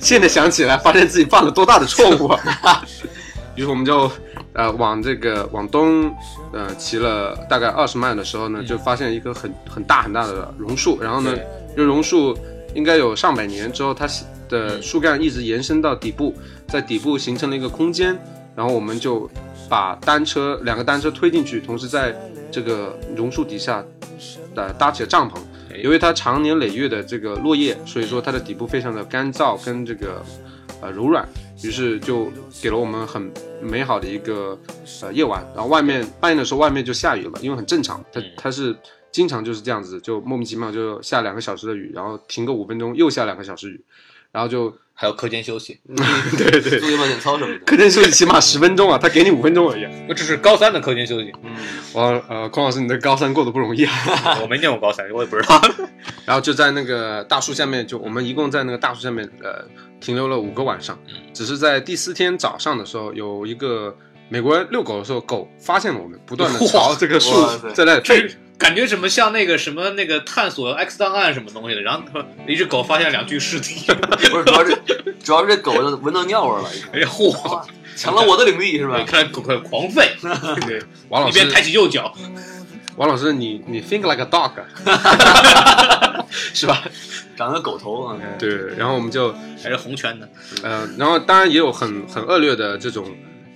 D: 现在想起来，发现自己犯了多大的错误啊！ <laughs> 于是我们就呃往这个往东呃骑了大概二十迈的时候呢，
B: 嗯
D: 就发现一棵很很大很大的榕树，然后呢，这榕树应该有上百年之后，它的树干一直延伸到底部，在底部形成了一个空间，然后我们就把单车两个单车推进去，同时在这个榕树底下呃搭起了帐篷。
B: 哎
D: 由于它常年累月的这个落叶，所以说它的底部非常的干燥跟这个呃柔软，于是就给了我们很美好的一个呃夜晚。然后外面半夜的时候，外面就下雨了，因为很正常，它
B: 嗯
D: 它是经常就是这样子，就莫名其妙就下两个小时的雨，然后停个五分钟又下两个小时雨，然后就
B: 还有课间休息，
D: 对对，
C: 做个慢点操什么的。
D: 课间休息起码十分钟啊，他给你五分钟而已。
B: 那这是高三的课间休息。
C: 嗯，
D: 哇，呃，匡老师，你的高三过得不容易啊。 <laughs>
B: 我没念过高三，我也不知道。
D: 然后就在那个大树下面，就我们一共在那个大树下面呃停留了五个晚上
B: 嗯，
D: 只是在第四天早上的时候，有一个美国人遛狗的时候，狗发现了我们，不断的
B: <laughs> 哇
D: 朝这个树 <laughs>
C: 哇塞
D: 在那
B: 这
D: 吠。
B: 感觉什么像那个什么那个探索 X 档案什么东西的，然后一只狗发现两具尸体，
C: 不是，主要是主要是这狗闻到尿味儿了，已经
B: 哎呀嚯！
C: 哇抢了我的领地是吧？
B: 看狗快狂吠，对，
D: 王老
B: 一边
D: 师，
B: 抬起右脚，
D: 王老师，你你 think like a dog，啊
B: 是吧？
C: 长个狗头啊！
D: 对。然后我们就
B: 还是红圈的，
D: 呃，然后当然也有很很恶劣的这种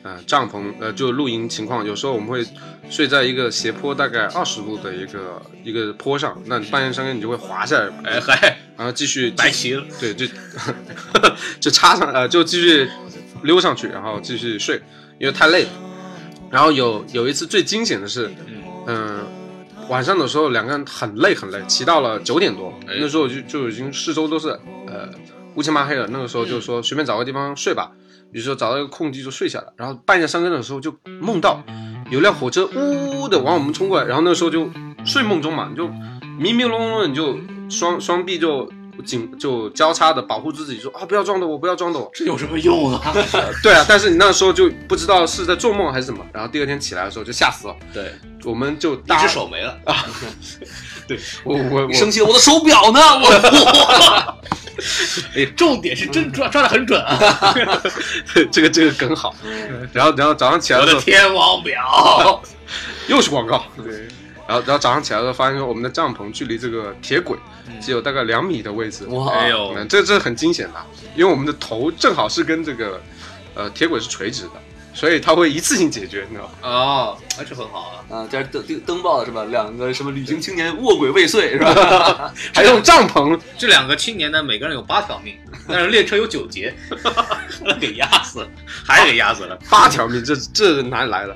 D: 呃帐篷呃就露营情况，有时候我们会睡在一个斜坡大概二十度的一个一个坡上，那你半夜三更你就会滑下来嘛，
B: 哎，还
D: 然后继续
B: 白旗了，
D: 对，就 <laughs> 就插上呃，就继续溜上去，然后继续睡，因为太累了。然后有有一次最惊险的是，
B: 嗯，
D: 嗯、晚上的时候两个人很累很累，骑到了九点多，
B: 哎
D: 那时候就就已经四周都是呃乌漆嘛黑了。那个时候
B: 嗯
D: 就说随便找个地方睡吧，于是找到一个空地就睡下了。然后半夜三更的时候就梦到有辆火车呜呜的往我们冲过来，然后那个时候就睡梦中嘛，你就迷迷隆隆的，你就双双臂就紧就交叉的保护自己，说啊不要撞到我，不要撞到我。
B: 这有什么用
D: <laughs>
B: 啊？
D: 对啊，但是你那时候就不知道是在做梦还是什么，然后第二天起来的时候就吓死了，
B: 对，
D: 我们就
B: 一
D: 搭
B: 只，手没了，
D: 我我我
C: 你生气了，我的手表呢？我
B: 哎，重点是真抓抓的很准啊！ <laughs>
D: 这个这个梗好。然后然后早上起来
B: 我
D: 的时
B: 的
D: 候
B: 天王表，
D: 又是广告，
B: 对，
D: 然后然后早上起来的时候发现说我们的帐篷距离这个铁轨只有大概两米的位置，
C: 哇，
B: 哎
D: 嗯
B: 呦，，
D: 这这很惊险的，因为我们的头正好是跟这个呃铁轨是垂直的，所以它会一次性解决，你知道吗？
B: 哦，哎这很好啊，
C: 啊，这是登登登报了是吧？两个什么旅行青年卧轨未遂是吧？
D: 还用帐篷，
B: 这两个青年呢，每个人有八条 <laughs> 命，但是列车有九 <laughs> 节，给压死了，还是给压死 <laughs> 了。
D: 八条命，这这哪里来的？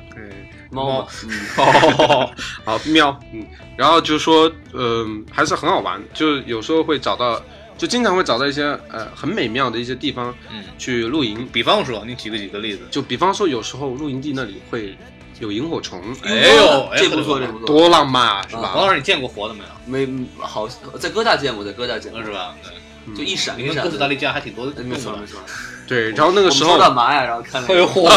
C: 猫嘛，嗯
D: 哦，好喵，嗯，然后就说，嗯、还是很好玩，就有时候会找到，就经常会找到一些呃很美妙的一些地方
B: 嗯，
D: 去露营，
B: 比方说，你举个几个例子，
D: 就比方说有时候露营地那里会有萤火虫，
C: 嗯
B: 哎呦哎
C: 这
B: 呦
C: 不错，这不错。
D: 多浪漫啊，是
B: 王
D: 吧？
B: 老师，你见过活的没有？
C: 没好，在哥大见过，在哥大见过
B: 是，吧？
C: 就一闪
B: 你
C: 一
B: 们
C: 闪
B: 哥斯达
C: 的。
B: 黎加还挺多
C: 哎
B: 动
C: 没错
B: 物 <laughs>
C: 没错。哎
D: 对，然后那
C: 那
D: 个时候，
C: 干嘛呀？然后看那
B: 特别
C: 个，
B: 火。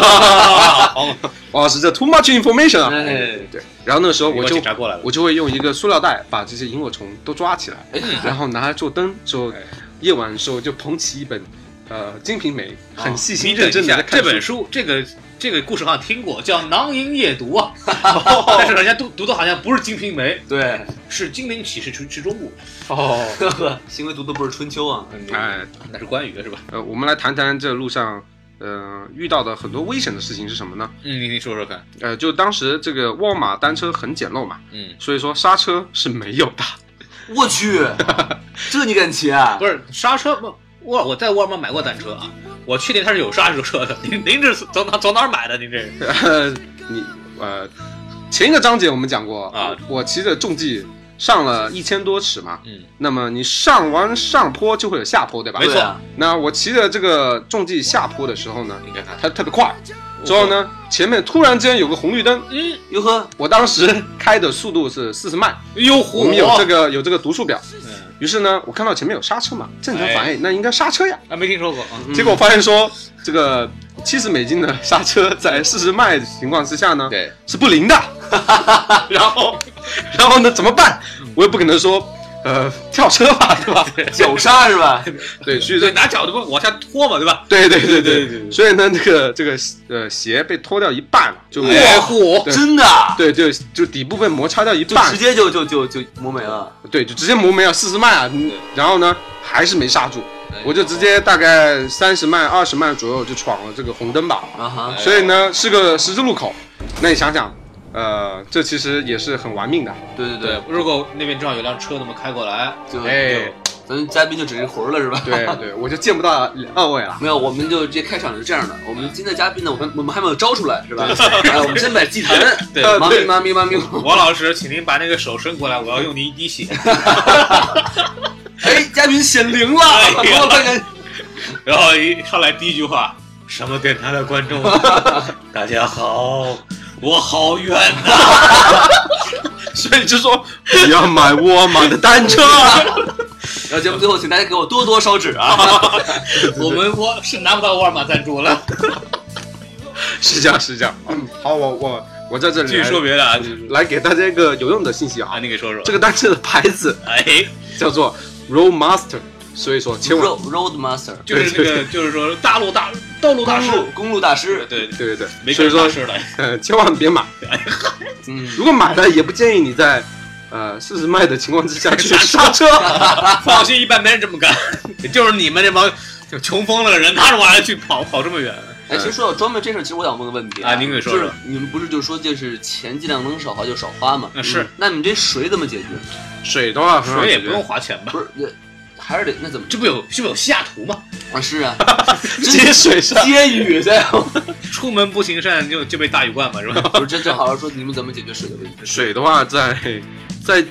D: 王老师这 too much information 啊，
C: 哎，
D: 对，然后那个时候我
B: 我
D: 就
B: 警察过来了，
D: 我就会用一个塑料袋把这些萤火虫都抓起来，然后拿来做灯，之后
B: 哎
D: 夜晚的时候就捧起一本呃《金瓶梅》，
C: 哦
D: 很细心
B: 你等
D: 认
B: 一
D: 真
B: 下
D: 的
B: 这
D: 看
B: 本
D: 书。
B: 书，这个这个故事好像听过，叫《囊萤夜读》 <laughs> 啊，但是人家读读的好像不是《金瓶梅》，
C: 对，
B: 是《精灵启示池池中物
D: 哦，
C: <laughs> 幸亏读的不是《春秋》啊。》，
D: 哎，
B: 那是关羽的是吧？
D: 呃，我们来谈谈这路上，呃，遇到的很多危险的事情是什么呢？
B: 嗯，你你说说看，
D: 呃，就当时这个沃尔玛单车很简陋嘛，
B: 嗯。
D: 所以说刹车是没有的。
C: 我去，这你敢骑啊？
B: 不是刹车不，沃尔我在沃尔玛买过单车啊，我确定它是有刹车的。您您这是从哪从哪儿买的？您这是
D: 呃，你呃，前一个章节我们讲过
B: 嗯啊，
D: 我骑着重机上了一千多尺嘛，
B: 嗯，
D: 那么你上完上坡就会有下坡，对吧？
B: 没错
C: 对啊，
D: 那我骑着这个重机下坡的时候呢，
B: 你看看，
D: 它特别快，
B: 哦
D: 之后呢，前面突然之间有个红绿灯，
B: 嗯，
C: 哟呵，
D: 我当时开的速度是四十迈，
B: 有
D: 我
B: 火，
D: 们有这个有这个读数表，
B: 嗯，哎
D: 于是呢，我看到前面有刹车嘛，正常反应那应该刹车呀，
B: 啊，没听说过啊。
D: 结果我发现说这个七十美金的刹车在四十迈的情况之下呢，
B: 对，
D: 是不
B: <laughs>
D: 灵的。然后，然后呢？怎么办？
B: 嗯
D: 我也不可能说，呃，跳车吧，对吧？
C: 绞杀是吧？
D: 对，所以
B: 对，
D: 说，
B: 拿脚的不往下拖嘛，对吧？
D: 对对
B: 对
D: 对对
B: 对对
D: 所以呢，那个这个呃鞋被脱掉一半了，就
B: 哎嚯，
D: 对
C: 真的啊，
D: 对，就就底部被摩擦掉一
C: 就
D: 半
C: 直，接就就就就磨没了。
D: 对，就直接磨没了四十迈啊。嗯然后呢，还是没刹住，我就直接大概三十迈、二十迈左右就闯了这个红灯吧。
C: 啊哈，
B: 哎
D: 所以呢，是个十字路口。那你想想，呃，这其实也是很玩命的。
C: 对对
B: 对
C: 对，，
B: 如果那边正好有辆车那么开过 <laughs> 来，
C: 就
D: 哎，
C: 咱们嘉宾就只是魂儿了是吧？
D: <laughs> 对对，我就见不到二位
C: <laughs>
D: 了。
C: 没有，我们就直接开场是这样的。我们今天的嘉宾呢，我们我们还没有招出来，是吧？ <laughs> 哎，我们先摆祭坛。
B: <laughs> 对
C: 妈咪妈咪妈咪。
B: 王老师，请您把那个手伸过来，我要用您一滴血。
C: 哎，嘉宾显灵了，
B: 哎呀
C: <laughs> 我看看。
B: 然后一上来第一句话，什么电台的观
D: <laughs>
B: 众，大家好，我好远呐、
D: <laughs> 所以就说不要哎买沃尔玛的单车。啊
C: 然后节目最后，请大家给我多多烧纸
B: <laughs>
C: 啊！
B: 我们我是拿不到沃尔玛赞助了。
D: <laughs> 是这样，是这样。嗯好，我我我在这里
B: 继续说别的啊，继续说
D: 来给大家一个有用的信息
B: 啊，
D: 啊，
B: 你给说说
D: 这个单车的牌子
B: 哎，
D: 叫做 Roadmaster，所以说千万
C: Road Road Master，
B: 就是那个，就是说大陆大道路大
C: 公
B: 师，
C: 路公路大师，
B: 对，
D: 对对
B: 没
D: 对，所以说
B: 大师了，
D: 呃千万别买，
C: 嗯，
D: 如果买了也不建议你在呃四十迈的情况之下
B: <laughs>
D: 去刹车。
B: <laughs> 放心，一般没人这么
D: <laughs>
B: 干，就是你们这帮就穷疯了的人，拿着玩意儿去跑跑这么远，
C: 哎，其实说到装备这事儿，其实我想问个问题
B: 啊您给说
C: 就
B: 说
C: 是你们不是就说就是钱尽量能少花就少花嘛？
B: 那是
C: 那你们这水怎么解决？
D: 水的话很嗯好
B: 水也
D: 解
B: 不用
D: 决，
B: 花钱吧？
C: 不是，呃还是得那怎么？
B: 这不有这不有西雅图吗？
C: 啊，是啊，
D: 接水上
C: 接雨在，
B: 出门不行善就就被大雨灌嘛，是吧？
C: 不是这正好说你们怎么解决水的问题？
D: 水的话在呃在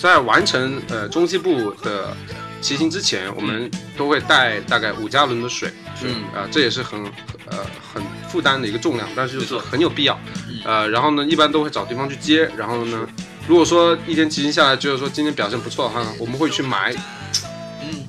D: 在完成呃中西部的骑行之前，我们都会带大概五加仑的水。
C: 嗯，
D: 啊、这也是很呃很负担的一个重量，但是就
B: 没
D: 是
B: 错
D: 很有必要
C: 嗯。
D: 呃，然后呢，一般都会找地方去接。然后呢，如果说一天骑行下来，觉得说今天表现不错的话，我们会去买
C: 嗯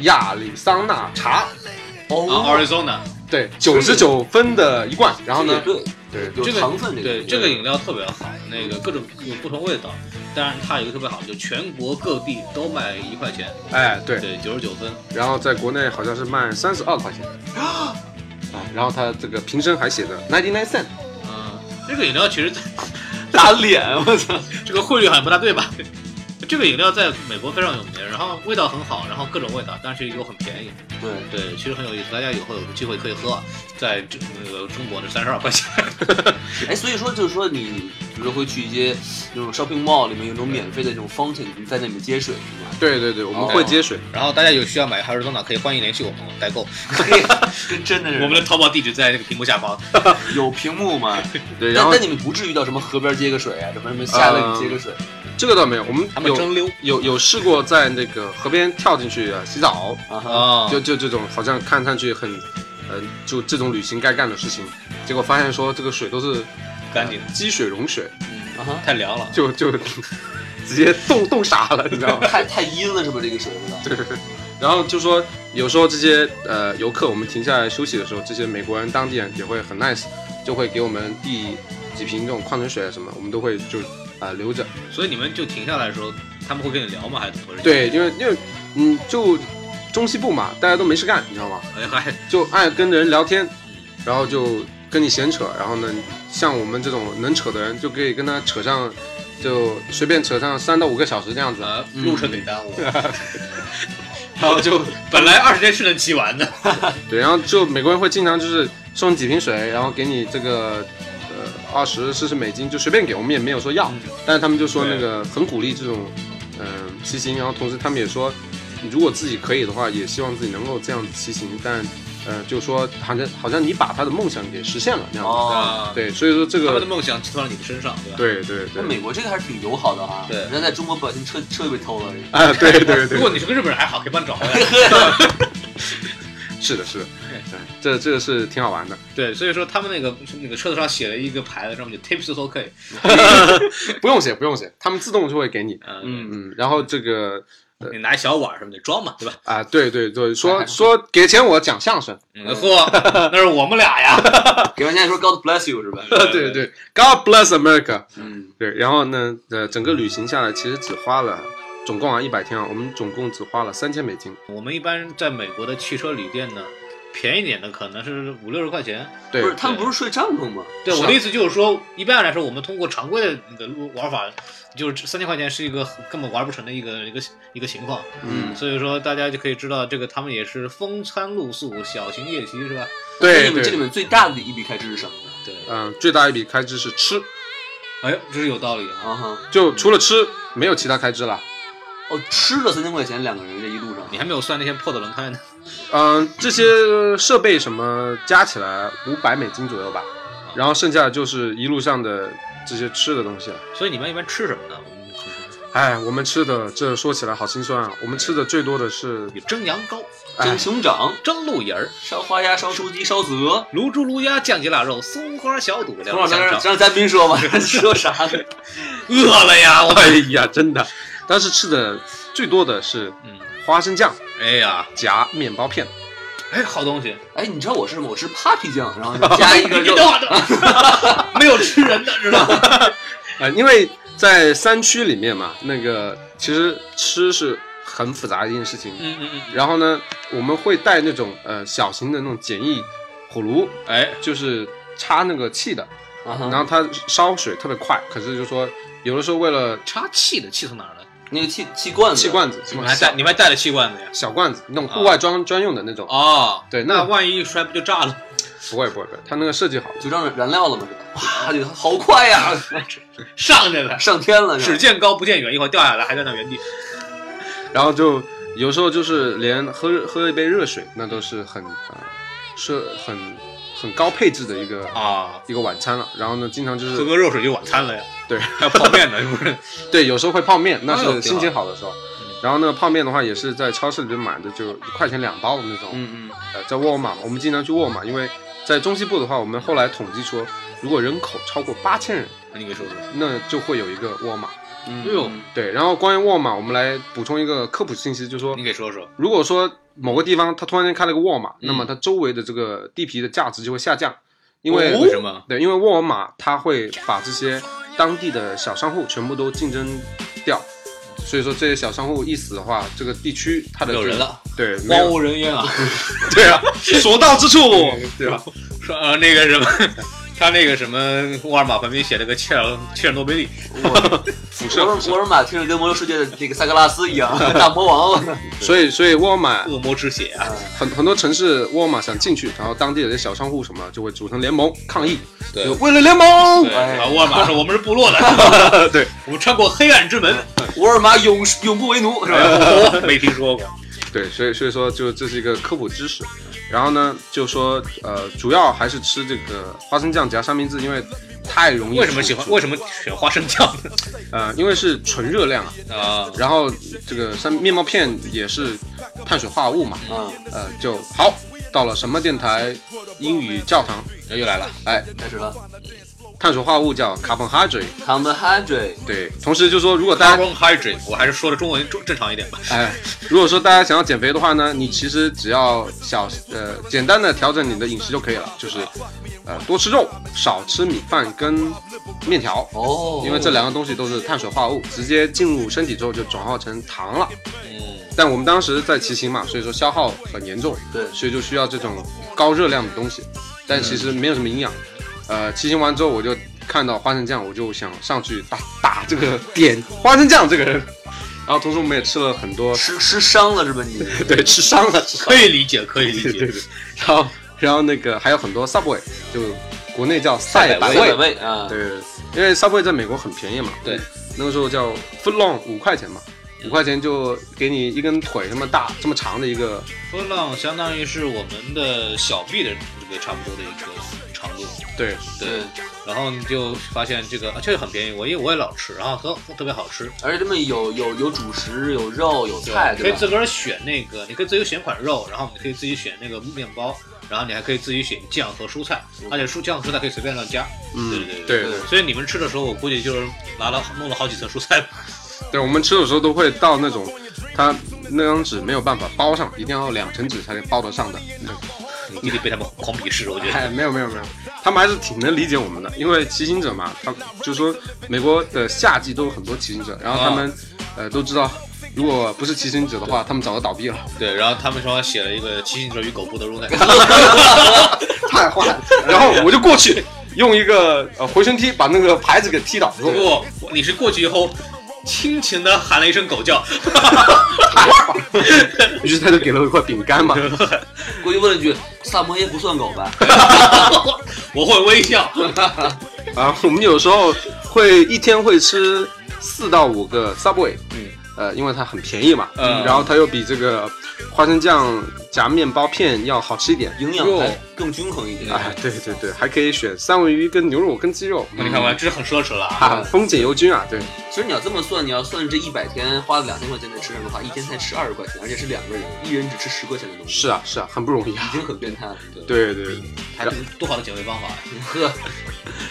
D: 亚利桑那茶，
B: 啊
C: <laughs> 哦，
B: ，Arizona，
D: 对，九十九分的一罐。然后呢
C: 也，对，
D: 对
C: 有
B: 这个
C: 糖分这个
B: 对
C: 东西
B: 这个饮料特别好，那个各种有不同味道，当然它有一个特别好，就全国各地都卖一块钱，
D: 哎对，
B: 对，九十九分，
D: 然后在国内好像是卖三十二块钱。啊，然后它这个瓶身还写着 ninety nine cent，
B: 嗯，这个饮料其实
C: 打脸，我操！
B: <laughs> 这个汇率好像不大对吧？这个饮料在美国非常有名，然后味道很好，然后各种味道，但是又很便宜。
C: 对，
B: 对，其实很有意思，大家以后有机会可以喝，在这那个中国的三十二块钱。 <laughs>
C: 哎，所以说就是说你，比如说会去一些那种 shopping mall 里面有那种免费的那种 fountain，你在那里面接水是吗？
D: 对对对，我们
C: 哦
D: 会接水，
B: 然后大家有需要买哈士多纳，可以欢迎联系我们，我们代
C: <laughs>
B: 购。
C: 跟真的
B: <laughs>
C: 是
B: 我们的淘宝地址在那个屏幕下方。
C: 有屏幕嘛？
D: 对，然
C: 但
D: 后
C: 但你们不至于到什么河边接个水啊，什么什么下了你接个水，
D: 这个倒没有，我们
B: 他们
D: 有
B: 蒸馏
D: 有有试过在那个河边跳进去呃洗澡，
C: 啊哈，
B: 啊
D: 就就这种好像看上去很，呃，就这种旅行该干的事情，结果发现说这个水都是呃
B: 干净，
D: 积水融水，
B: 嗯，
C: 啊哈。
B: 太凉了。
D: 就 <laughs> 就直接冻冻傻了，你知道吗？
C: 太太阴了，是不是这个水味道？
D: 对。然后就说有时候这些呃游客我们停下来休息的时候，这些美国人当地人也会很 nice，就会给我们递几瓶这种矿泉水啊什么，我们都会就啊、留着。
B: 所以你们就停下来的时候，他们会跟你聊吗？还是怎么回事？，
D: 对，因为因为嗯就中西部嘛，大家都没事干，你知道吗？
B: 哎还
D: 就爱跟人聊天
B: 嗯，
D: 然后就跟你闲扯，然后呢，像我们这种能扯的人，就可以跟他扯上，就随便扯上三到五个小时这样子，啊
B: 呃
C: 嗯
B: 路程得耽误，
D: 嗯 <laughs> 然后就
B: <laughs> 本来二十天是能骑完的。
D: 对，然后就美国人会经常就是送你几瓶水，然后给你这个。呃二十四十美金就随便给，我们也没有说要，
B: 嗯
D: 但是他们就说
B: 对
D: 那个很鼓励这种，嗯、骑行，然后同时他们也说，如果自己可以的话，也希望自己能够这样子骑行，但呃，就说好像好像你把他的梦想给实现了那样子，
C: 哦，
B: 啊，
D: 对，所以说这
B: 他们的
D: 个，
B: 梦想寄托到你的身上，对吧？
D: 对对
C: 那
D: 对，
C: 美国这个还是挺友好的啊。
B: 对
C: 人家在中国不小心车车就被偷了。
D: 啊，对
B: <laughs>
D: 对
B: 如果
D: 对，
B: 你是个日本人还好，可以帮你找回
D: <laughs>
B: 来。
D: 是的，是的，对，这这个是挺好玩的，
B: 对，所以说他们那个那个车子上写了一个牌子，上面就 Tips is OK。
D: 不用写，不用写，他们自动就会给你，
B: 嗯，
C: 嗯，
D: 嗯，然后这个
B: 你拿一小碗什么的装嘛，对吧？
D: 啊，对对对，说说给钱我讲相声，
B: 嗯，嚯，那是我们俩呀。
C: 给玩家说 God bless you 是吧？
D: <laughs> 对对，God bless America，
C: 嗯，
D: 对，然后呢，呃，整个旅行下来其实只花了。总共啊，一百天啊，我们总共只花了三千美金。
B: 我们一般在美国的汽车旅店呢，便宜点的可能是五六十块钱。
D: 对
C: 不，是他们不是睡帐篷吗？
B: 对，
D: 是啊
B: 我的意思就是说，一般来说，我们通过常规的那个路玩法，就是三千块钱是一个根本玩不成的一个一个一个情况。
D: 嗯，
B: 所以说，大家就可以知道，这个他们也是风餐露宿，小型夜骑是吧？
D: 对
C: 那你们这里
D: 对，
C: 面最大的一笔开支是什么呢？
B: 对，
D: 嗯、最大一笔开支是吃，
B: 哎呦，这是有道理啊。
C: 啊哈，
D: 就除了吃没有其他开支了。
C: 哦，吃了三千块钱两个人这一路上
D: 哎
B: 你，还没有算那些破的轮胎呢。
D: 嗯，这些设备什么加起来五百美金左右吧，
C: 啊
D: 然后剩下的就是一路上的这些吃的东西了。
B: 所以你们一般吃什么呢？我们
D: 哎，我们吃的这说起来好心酸啊，我们吃的最多的是
B: 有蒸羊羔、
C: 蒸熊掌、
B: 蒸鹿眼儿、
C: 烧花鸭、烧雏鸡、烧子鹅。
B: 卤猪、卤鸭、酱鸡腊肉、松花小肚、
C: 等
B: 两
C: 会儿
B: 个
C: 咱
B: 香
C: 让
B: 肠。
C: 让嘉
B: <laughs>
C: 宾说吧，说啥呢？
B: 饿了呀，我。
D: <laughs> 哎呀，真的，当时吃的最多的是
B: 嗯，
D: 花生酱
B: 哎呀，
D: 夹面包片，
B: 哎，好东西，
C: 哎，你知道我是什么？我是 Papi 酱，然后就加一个肉
D: <laughs>
C: 啊
B: 你。等会儿 <laughs> 没有吃人的，知道吗？
D: 呃，因为在山区里面嘛，那个其实吃是很复杂的一件事情。
B: 嗯嗯嗯，
D: 然后呢，我们会带那种呃小型的那种简易火炉，
B: 哎，
D: 就是插那个气的，
C: 啊
B: 嗯
D: 然
C: 哈，
D: 后它烧水特别快。可是就说有的时候为了
B: 插气的气从哪儿来？
C: 那个气气罐子，
D: 气罐子，
B: 你们还带，你们还带了气罐子呀？
D: 小罐子，那种户外装、专用的那种。
B: 啊哦，
D: 对，
B: 那
D: 那
B: 万一一摔不就炸了？
D: 不会不会不会，它那个设计好。
C: 就让燃料了嘛，是吧？哇，这个好
B: <laughs>
C: 快呀，
B: <laughs> 上去了，
C: 上天了，是
B: 只
C: 吧
B: 见高不见远，一会儿掉下来还在那原地。
D: 然后就有时候就是连喝喝一杯热水，那都是很呃是很很高配置的一个
B: 啊，
D: 一个晚餐了。然后呢，经常就
B: 喝
D: 是
B: 个热水就晚餐了呀，
D: 对
B: 还有泡面呢， <laughs> 是不是？
D: 对，有时候会泡面，那
B: 哎呦
D: 是心情好的时候。
B: 嗯
D: 然后呢，泡面的话也是在超市里面买的，就一块钱两包的那种。
C: 嗯嗯，
D: 呃，在沃尔玛嘛，我们经常去沃尔玛，因为在中西部的话，我们后来统计说，如果人口超过八千人，
B: 你给说说。
D: 那就会有一个沃尔玛。
C: 哎
B: 哎呦，
D: 对，然后关于沃尔玛，我们来补充一个科普信息，就是说
B: 你给说说。
D: 如果说某个地方它突然间开了个沃尔玛，
B: 嗯
D: 那么它周围的这个地皮的价值就会下降，因为、
B: 哦为什么？
D: 对，因为沃尔玛它会把这些当地的小商户全部都竞争掉，所以说这些小商户一死的话，这个地区它的
B: 有人了，
D: 对，没
B: 荒
D: 有
B: 无人 <laughs> 烟啊！嗯
D: 对啊，
B: 所到之处， <laughs>
D: 对吧？
B: 说呃那个什么， <laughs> 他那个什么沃尔玛旁边写了个切尔切尔诺贝利，
D: <laughs>
C: 沃尔
D: 辐射辐
C: 沃
D: 射，
C: 尔玛听着跟魔兽世界的那个萨格拉斯一
D: <laughs>
C: 样，大魔王。
D: 所以所以沃尔玛
B: 恶魔之血啊！
D: 很很多城市沃尔玛想进去，然后当地的这些小商户什么就会组成联盟抗议，
B: 对
D: 就为了联盟
B: 对，，啊，沃尔玛说我们是部落的，
D: 哎 <laughs> 对，
B: <laughs> 我们穿过黑暗之
D: <laughs>
B: 门，
C: 沃尔玛永永不为奴，是
D: 哎
C: 吧？
B: 没听说
D: <laughs>
B: 过。
D: 对，所以所以说就这是一个科普知识。然后呢，就说呃，主要还是吃这个花生酱夹三明治，因为太容易
B: 为什么
D: 煮
B: 喜欢？为什么选花生酱呢？
D: 呃，因为是纯热量啊。 <laughs>
B: 啊，
D: 然后这个三面包片也是碳水化合物嘛，
C: 嗯，
D: 呃，就好。到了什么电台英语教堂？
B: 又来了，
D: 哎，
C: 开始了。
D: 碳水化合物叫 carbohydrate。
C: Carbohydrate，
D: 对，同时就说如果大家
B: carbohydrate，我还是说的中文正正常一点吧。
D: <laughs> 哎，如果说大家想要减肥的话呢，你其实只要小呃简单的调整你的饮食就可以了，就是呃多吃肉，少吃米饭跟面条，
C: 哦，
D: 因为这两个东西都是碳水化合物，直接进入身体之后就转化成糖了。
B: 嗯，
D: 但我们当时在骑行嘛，所以说消耗很严重，
C: 对
D: 所以就需要这种高热量的东西，但其实没有什么营养。呃，骑行完之后我就看到花生酱，我就想上去打打这个点花生酱这个人。然后同时我们也吃了很多
C: 吃吃伤了是吧？你
D: <laughs> 对，吃伤了，吃伤
B: 可以理解，可以理
D: 对对
B: 解。
D: 对。然后然后那个还有很多 Subway，就国内叫赛
B: 百
D: 百
B: 味
C: 百
D: 味，
C: 味啊，
D: 对，因为 Subway 在美国很便宜嘛，
B: 对，
D: 那个时候叫 Foot Long 五块钱嘛。五块钱就给你一根腿这么大、这么长的一个，
B: 波浪相当于是我们的小臂的这个差不多的一个长度，
D: 对，
B: 对。然后你就发现这个啊确实很便宜，我因为我也老吃，然后特特别好吃。
C: 而且这么有有有主食，有肉，有菜，
B: 对，可以
C: 对吧？
B: 自个儿选那个，你可以自己选款肉，然后你可以自己选那个面包，然后你还可以自己选酱和蔬菜，而且蔬酱和蔬菜可以随便乱加。对对
D: 对
C: 对
B: 所以你们吃的时候，我估计就是拿了弄了好几层蔬菜吧。
D: 对，我们吃的时候都会到那种，它那张纸没有办法包上，一定要两层纸才能包得上的。
B: 你弟弟被他们狂鄙视，我觉
D: 哎，
B: 得。
D: 没有没有没有，他们还是挺能理解我们的，因为骑行者嘛，他就是说美国的夏季都有很多骑行者，然后他们、呃都知道，如果不是骑行者的话，他们早就倒闭了， <laughs>
B: 对，然后他们说写了一个《骑行者与狗不得入内》，
D: 太坏了。然后我就过去用一个呃回旋踢把那个牌子给踢倒，
B: <laughs>
D: 哦
B: 不过你是过去以后，轻轻的喊了一声狗叫，
D: 于是他就给了我一块饼干嘛，
C: 过去问了一句：“萨摩耶不算狗
D: <laughs>
C: 吧
B: 我会微笑。
D: 啊，我们有时候会一天会吃四到五个 Subway，
B: 嗯，
D: 呃，因为它很便宜嘛，
B: 嗯
D: 然后它又比这个花生酱夹面包片要好吃一点，哎
C: 营养
D: 肉
C: 还更均衡一点。
D: 哎，对对对，还可以选三文鱼跟牛肉跟鸡肉，
B: 你看吧，这是很奢侈了啊。
D: 啊，丰俭由君啊，对，
C: 其实你要这么算，你要算这一百天花了两千块钱在吃上的话，一天才吃二十块钱，而且是两个人，一人只吃十块钱的东西，
D: 是啊是啊，很不容易啊
C: 已，经很变态了。对，
D: 对对对，
B: 还多好的减肥方法啊呀！
C: 呵，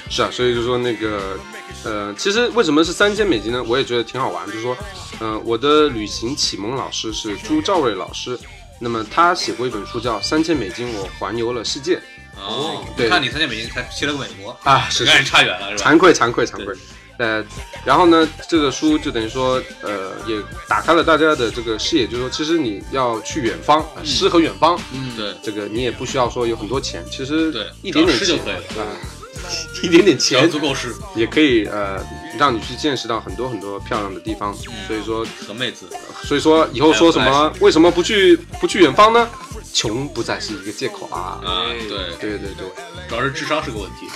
D: 是啊，所以就说那个，呃，其实为什么是三千美金呢？我也觉得挺好玩，就是说，呃，我的旅行启蒙老师是朱兆瑞老师，那么他写过一本书叫《三千美金我环游了世界》
B: 哦，
D: 对
B: 看你参加北京才去了个美国，
D: 啊，是
B: 远远
D: 是，
B: 差远了是吧？
D: 惭愧惭愧惭愧。呃，然后呢，这个书就等于说，呃，也打开了大家的这个视野，就是说，其实你要去远方，啊诗和远方，
B: 嗯，对
D: 这个你也不需要说有很多钱，其实
B: 对，
D: 一点点
B: 吃
D: 钱
B: 就可以了，
D: 啊、 <laughs> 一点点
B: 只要
D: 钱
B: 足够吃
D: 也可以呃，让你去见识到很多很多漂亮的地方。所以说，
B: 和妹子。
D: 所以说以后说什
B: 哎嗯不
D: 么为什么不去不去远方呢？穷不再是一个借口啊！
B: 啊，
C: 哎
B: 对，
D: 对对对，
B: 主要是智商是个问题。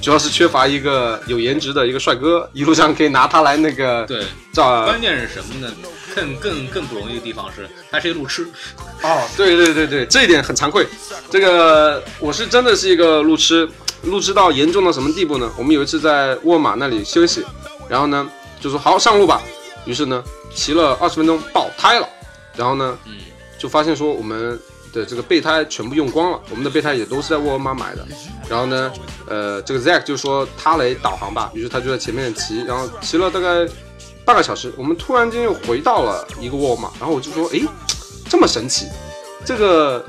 D: 主要是缺乏一个有颜值的一个帅哥，一路上可以拿他来那个
B: <laughs> 对，
D: 照
B: 关键是什么呢？更更更不容易的地方是，它是一路痴。
D: 哦，对对对对，这一点很惭愧。这个我是真的是一个路痴，路痴到严重到什么地步呢？我们有一次在沃尔玛那里休息，然后呢就说好上路吧，于是呢骑了二十分钟爆胎了，然后呢
B: 嗯，
D: 就发现说我们的这个备胎全部用光了，我们的备胎也都是在沃尔玛买的。然后呢，呃，这个 Zack 就说他来导航吧，于是他就在前面骑，然后骑了大概半个小时，我们突然间又回到了一个沃尔玛，然后我就说，诶，这么神奇，这个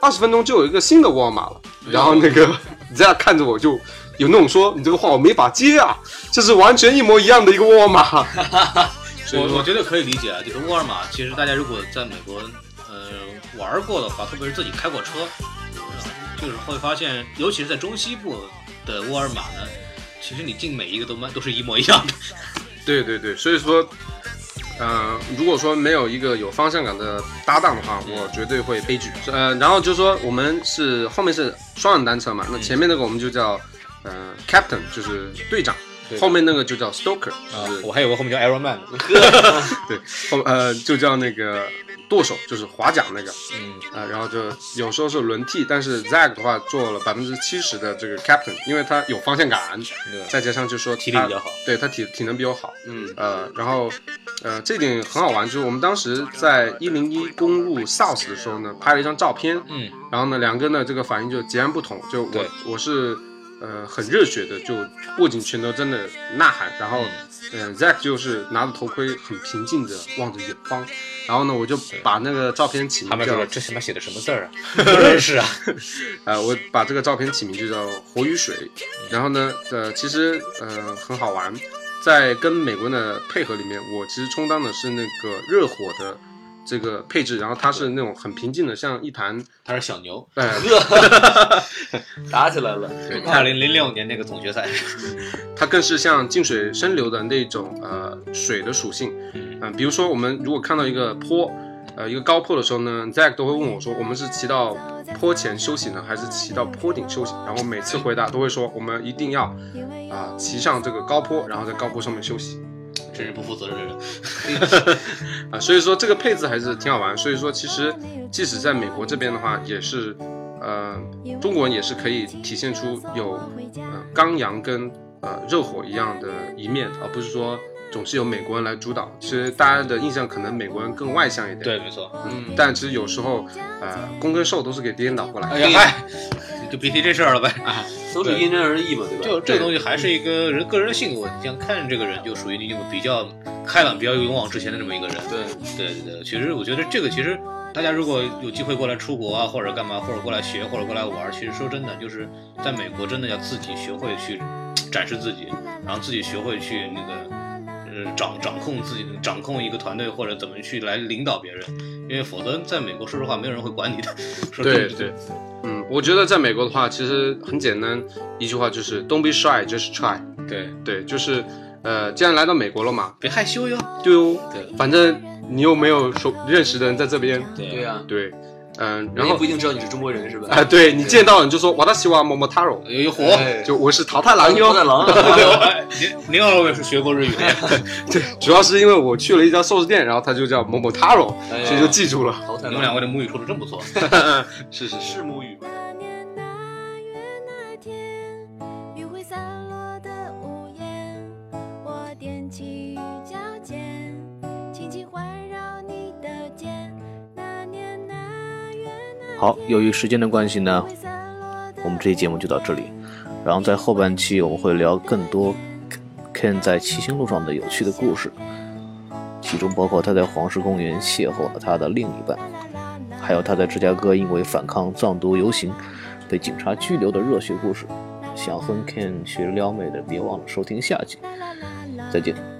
D: 二十分钟就有一个新的沃尔玛了。然后那个 <laughs> Zack 看着我就有那种说你这个话我没法接啊，这是完全一模一样的一个沃尔玛。 <laughs> 所以
B: 我我
D: 说，
B: 觉得可以理解啊，就是沃尔玛，其实大家如果在美国，呃，玩过的话，特别是自己开过车，呃就是会发现，尤其是在中西部的沃尔玛呢，其实你进每一个都蛮都是一模一样的。
D: 对对对，所以说。呃，如果说没有一个有方向感的搭档的话，
B: 嗯
D: 我绝对会悲剧。呃，然后就说我们是后面是双人单车
B: 嗯
D: 嘛，那前面那个我们就叫呃 captain，就是队长，
B: 对
D: 后面那个就叫 stoker，就是、
B: 啊还以为后面叫 Iron Man 呢。
D: 对，后呃就叫那个舵手，就是划桨那个
B: 嗯，
D: 啊、呃然后就有时候是轮替，但是 Zag 的话做了百分之七十的这个 captain，因为他有方向感，
B: 对，
D: 再加上就说
B: 体力
D: 他
B: 比较好。
D: 对他体体能比我好，
C: 嗯，
D: 呃，然后，呃，这点很好玩，就是我们当时在一零一公路 South 的时候呢，拍了一张照片，
B: 嗯，
D: 然后呢，两个呢这个反应就截然不同，就我
B: 对
D: 我是呃很热血的，就握紧拳头真的呐喊，然后嗯、呃、Zack 就是拿着头盔很平静的望着远方，然后呢我就把那个照片起名叫
B: 这上面写的什么字儿啊？ <laughs> 不认识啊。
D: 呃，我把这个照片起名就叫“活与水”。然后呢，呃，其实呃很好玩，在跟美国人的配合里面，我其实充当的是那个热火的这个配置，然后它是那种很平静的，像一潭，
B: 他是小牛，
D: 呃，
C: 打起来了。
B: 二零零六年那个总决赛。
D: 它更是像静水深流的那种呃水的属性。嗯、比如说我们如果看到一个坡，呃，一个高坡的时候呢，Zack 都会问我说，我们是骑到坡前休息呢，还是骑到坡顶休息？然后每次回答都会说，我们一定要啊、骑上这个高坡，然后在高坡上面休息
B: 真是不负责任的人。
D: 啊、所以说这个配置还是挺好玩。所以说其实即使在美国这边的话，也是呃中国人也是可以体现出有呃刚阳跟呃热火一样的一面，而不是说总是由美国人来主导。其实大家的印象可能美国人更外向一点，
B: 对，，没错。
D: 嗯，但其实有时候呃攻跟受都是给颠倒过来的。
B: 哎呀嗨，你就别提这事儿了呗。
C: 都是因人而异嘛，对吧？
B: 就这个东西还是一个人个人的性格问题，像看这个人就属于那种比较开朗、比较勇往直前的这么一个人。
C: 对，
B: 对对对，其实我觉得这个其实大家如果有机会过来出国啊，或者干嘛，或者过来学，或者过来玩儿，其实说真的，就是在美国真的要自己学会去展示自己，然后自己学会去那个。呃，掌掌控自己，掌控一个团队或者怎么去来领导别人，因为否则在美国，说实话，没有人会管你的。 <laughs> 说真
D: 对
B: 的
D: 对，嗯，我觉得在美国的话，其实很简单，一句话就是 “Don't be shy, just try”。
B: 对，
D: 对，就是，呃，既然来到美国了嘛，
B: 别害羞哟。
D: 对哦，
B: 对
D: 反正你又没有熟认识的人在这边，
B: 对
C: 对呀、啊
D: 对，嗯，然
C: 人家
D: 后
C: 不一定知道你是中国人是吧？
D: 啊，对你见到你就说瓦达西瓦某某塔罗，
B: 有一火，
C: 哎
D: 就我是桃太郎
C: 有
D: 哟。
C: 点
D: <laughs>
C: 狼啊，
B: 林林老师是学过日语的，
D: 主要是因为我去了一家寿司店，然后他就叫某某塔罗，
C: 哎呀
D: 所以就记住了。
C: 淘
B: 你
C: 汰了
B: 们两位的母语说的真不错。
D: 是是是，
C: 是母语吗？
E: 那年那月那天，余晖散落的屋檐，我踮起脚尖，轻轻环绕你的肩。那年那月那天，
F: 好，由于时间的关系呢
E: 余，晖散落的
F: 我们这期节目就到这里。然后在后半期我们会聊更多 Ken 在骑行路上的有趣的故事，其中包括他在黄石公园邂逅了他的另一半，还有他在芝加哥因为反抗藏独游行被警察拘留的热血故事。想和 Ken 学撩妹的，别忘了收听下集。再见。